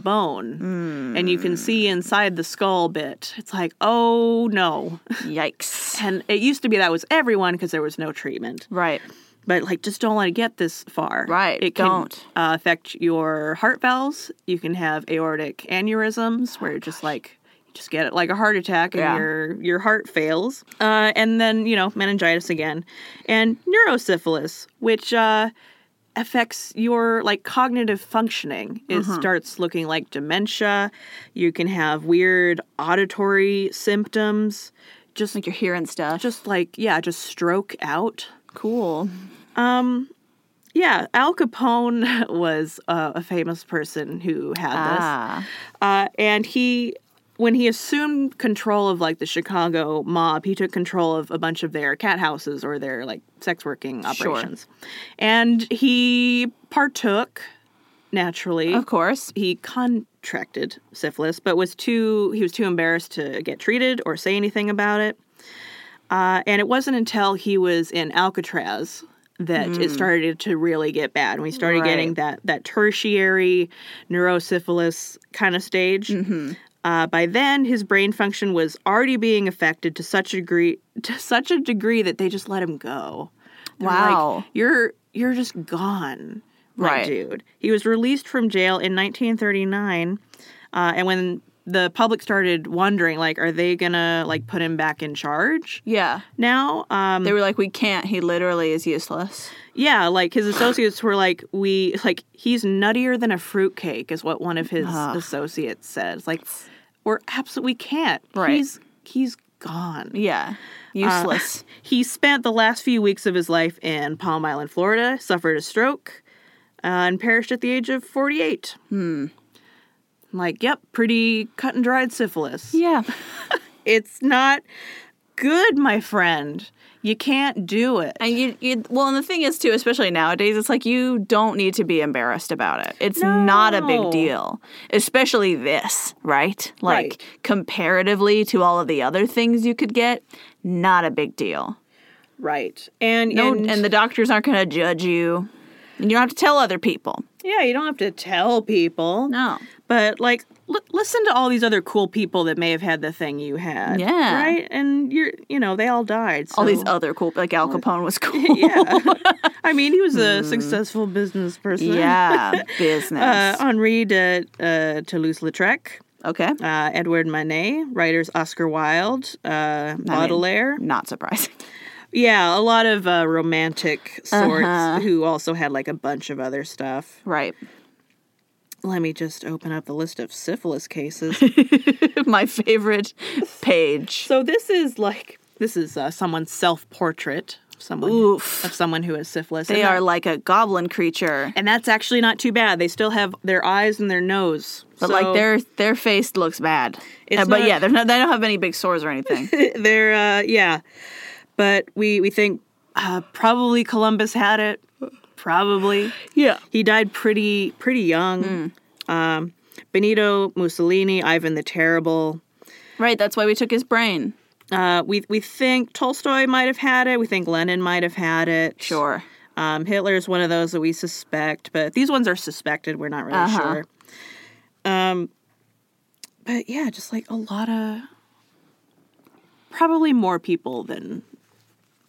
A: bone, and you can see inside the skull bit. It's like, oh no.
B: Yikes.
A: And it used to be that was everyone because there was no treatment.
B: Right.
A: But like, just don't let it get this far.
B: Right,
A: It can
B: don't.
A: Uh, affect your heart valves. You can have aortic aneurysms where it just like you just get it like a heart attack and
B: Yeah.
A: your your heart fails. Uh, and then you know meningitis again, and neurosyphilis, which. Uh, affects your like cognitive functioning it
B: Mm-hmm.
A: starts looking like dementia you can have weird auditory symptoms just
B: Like you're hearing stuff.
A: just like yeah, just stroke out.
B: cool.
A: Yeah, Al Capone was uh, a famous person who had
B: Ah.
A: this, uh, and he. When he assumed control of like the Chicago mob, he took control of a bunch of their cat houses or their like sex working
B: Sure.
A: operations. And he partook naturally.
B: Of course.
A: He contracted syphilis, but was too he was too embarrassed to get treated or say anything about it. Uh, and it wasn't until he was in Alcatraz that it started to really get bad, and we started
B: Hmm. Right.
A: getting that that tertiary neurosyphilis kind of stage.
B: Mm-hmm.
A: Uh, by then, his brain function was already being affected to such a degree to such a degree that they just let him go. They're like,
B: Wow.
A: you're you're just gone, my
B: Right.
A: dude. He was released from jail in 1939, uh, and when the public started wondering, like, are they gonna like put him back in charge
B: Yeah.
A: now? Um,
B: They were like, we can't. He literally is useless.
A: yeah, like his associates were like, we like he's nuttier than a fruitcake, is what one of his associates says. Like, we're absolutely can't.
B: Right.
A: He's he's gone.
B: Yeah. Useless.
A: He spent the last few weeks of his life in Palm Island, Florida, suffered a stroke, uh, and perished at the age of 48. Hmm. Like, yep, pretty cut and dried syphilis.
B: yeah.
A: It's not good, my friend. You can't do it.
B: And you, you, well, and the thing is, too, especially nowadays, it's like you don't need to be embarrassed about it. It's not a big
A: No.
B: deal, especially this, right? Like,
A: Right.
B: comparatively to all of the other things you could get, not a big deal.
A: right. And,
B: No,
A: and,
B: and, the doctors aren't going to judge you. And you don't have to tell other people.
A: yeah, you don't have to tell people.
B: No.
A: But like, l- listen to all these other cool people that may have had the thing you had.
B: Yeah.
A: Right. And you're, you know, they all died.
B: All these
A: so-
B: other cool, like Al Capone was cool.
A: yeah. I mean, he was a successful business person.
B: Mm. yeah. Business.
A: Uh, Henri de uh, Toulouse-Lautrec,
B: okay.
A: uh, Edward Manet, writers Oscar Wilde, uh, Baudelaire.
B: Not surprising.
A: yeah, a lot of uh, romantic sorts
B: Uh-huh.
A: who also had like a bunch of other stuff.
B: Right.
A: Let me just open up the list of syphilis cases.
B: My favorite page.
A: so this is like this is uh, someone's self-portrait. of Someone
B: Oof.
A: of someone who has syphilis.
B: They
A: And
B: are
A: that-
B: like a goblin creature.
A: and that's actually not too bad. They still have their eyes and their nose.
B: But like
A: So-
B: their their face looks bad.
A: It's
B: Uh, but
A: not-
B: yeah, they're not, they don't have any big sores or anything.
A: they're uh, yeah but we we think uh, probably columbus had it probably
B: yeah.
A: he died pretty pretty young um, benito mussolini ivan the terrible
B: Right, that's why we took his brain.
A: uh, we we think Tolstoy might have had it. We think Lenin might have had it.
B: Sure.
A: Um, Hitler is one of those that we suspect, but these ones are suspected. We're not really
B: Uh-huh.
A: sure. Um, but yeah, just like a lot of probably more people than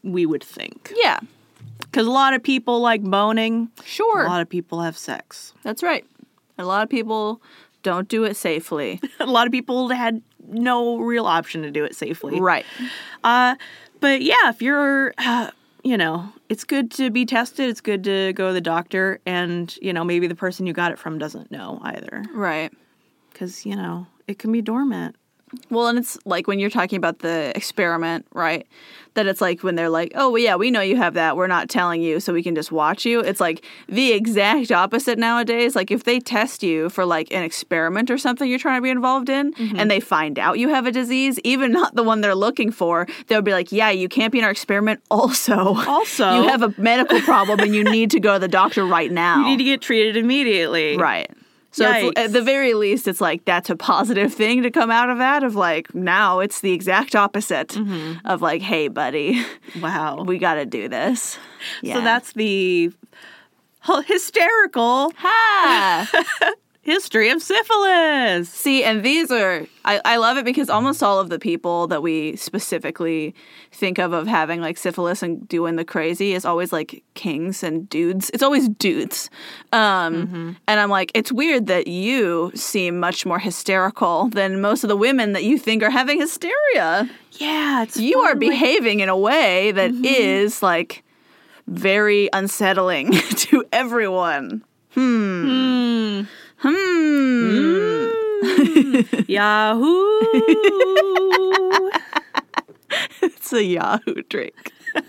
A: we would think.
B: Yeah.
A: Because a lot of people like moaning.
B: Sure.
A: A lot of people have sex.
B: That's right. A lot of people don't do it safely.
A: a lot of people had no real option to do it safely.
B: right.
A: Uh, but yeah, if you're, uh, you know, it's good to be tested. It's good to go to the doctor, and you know, maybe the person you got it from doesn't know either,
B: Right.
A: because you know, it can be dormant.
B: Well, and it's like when you're talking about the experiment, right? That it's like when they're like, oh, well, yeah, we know you have that. We're not telling you, so we can just watch you. It's like the exact opposite nowadays. Like if they test you for like an experiment or something you're trying to be involved in
A: Mm-hmm.
B: and they find out you have a disease, even not the one they're looking for, they'll be like, yeah, you can't be in our experiment. Also,
A: Also-
B: you have a medical problem and you need to go to the doctor right now.
A: You need to get treated immediately.
B: Right. So it's,
A: Yikes.
B: at the very least, it's like that's a positive thing to come out of that. Of like now, it's the exact opposite
A: Mm-hmm.
B: of like, hey, buddy,
A: Wow.
B: we got to do this. Yeah.
A: So that's the hy- hysterical
B: ha.
A: history of syphilis.
B: See, and these are I, I love it because almost all of the people that we specifically think of of having like syphilis and doing the crazy is always like kings and dudes. It's always dudes. Um, And I'm like, it's weird that you seem much more hysterical than most of the women that you think are having hysteria.
A: Yeah, it's
B: You are
A: fun, like-
B: behaving in a way that is like very unsettling to everyone. Hmm. Hmm.
A: Yahoo.
B: It's a Yahoo drink. it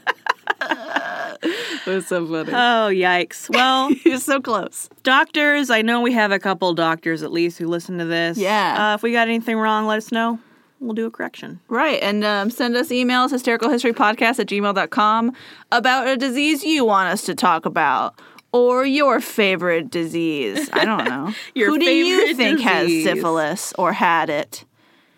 B: was so funny.
A: oh, yikes. Well,
B: You're so close.
A: doctors, I know we have a couple doctors at least who listen to this.
B: Yeah.
A: Uh, if we got anything wrong, let us know. We'll do a correction.
B: Right. And um, send us emails, hystericalhistorypodcast at gmail.com, about a disease you want us to talk about or your favorite disease. I don't know.
A: Your
B: Who do you
A: favorite
B: think has
A: disease.
B: syphilis or had it?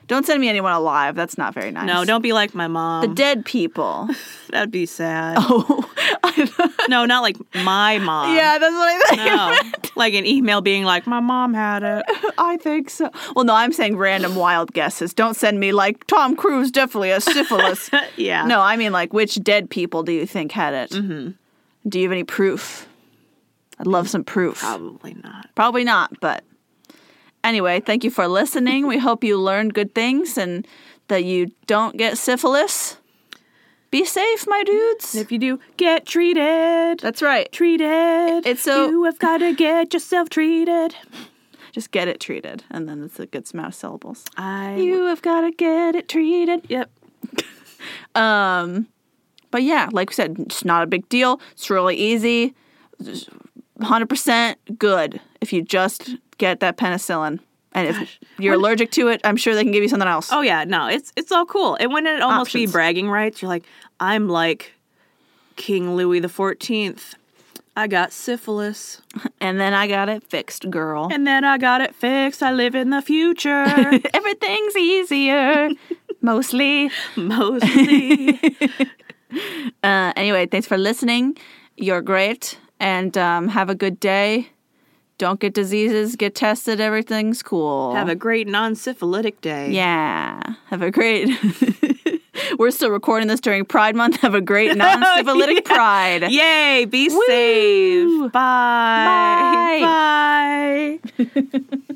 B: Don't send me anyone alive. That's not very nice.
A: No, don't be like my mom.
B: The dead people.
A: That'd be sad.
B: Oh, I thought-
A: No, not like my mom.
B: yeah, that's what I thought. you
A: No. like an email being like, my mom had it.
B: I think so. Well, no, I'm saying random wild guesses. Don't send me like Tom Cruise definitely has syphilis.
A: yeah.
B: no, I mean like which dead people do you think had it? Mm-hmm. Do you have any proof? I'd love some proof.
A: Probably not.
B: Probably not, but anyway, thank you for listening. we hope you learned good things and that you don't get syphilis. Be safe, my dudes.
A: If you do, get treated.
B: That's right.
A: treated.
B: It's so-
A: you have got to get yourself treated.
B: Just get it treated, and then it's a good amount of syllables.
A: I
B: You have got to get it treated.
A: yep.
B: Um, but yeah, like we said, it's not a big deal. It's really easy. Hundred percent good if you just get that penicillin. And if you're allergic to it, I'm sure they can give you something else.
A: Oh yeah, no, it's it's all cool. It wouldn't it almost
B: Options.
A: be bragging rights? You're like, I'm like King Louis the Fourteenth. I got syphilis,
B: And then I got it fixed, girl.
A: and then I got it fixed. I live in the future,
B: Everything's easier, mostly.
A: mostly.
B: Uh, anyway, thanks for listening. You're great, and um, have a good day. Don't get diseases. Get tested. Everything's cool.
A: Have a great non-syphilitic day.
B: Yeah. Have a great. We're still recording this during Pride Month. Have a great non syphilitic Pride.
A: Yay! Be
B: Woo!
A: safe. Bye. Bye.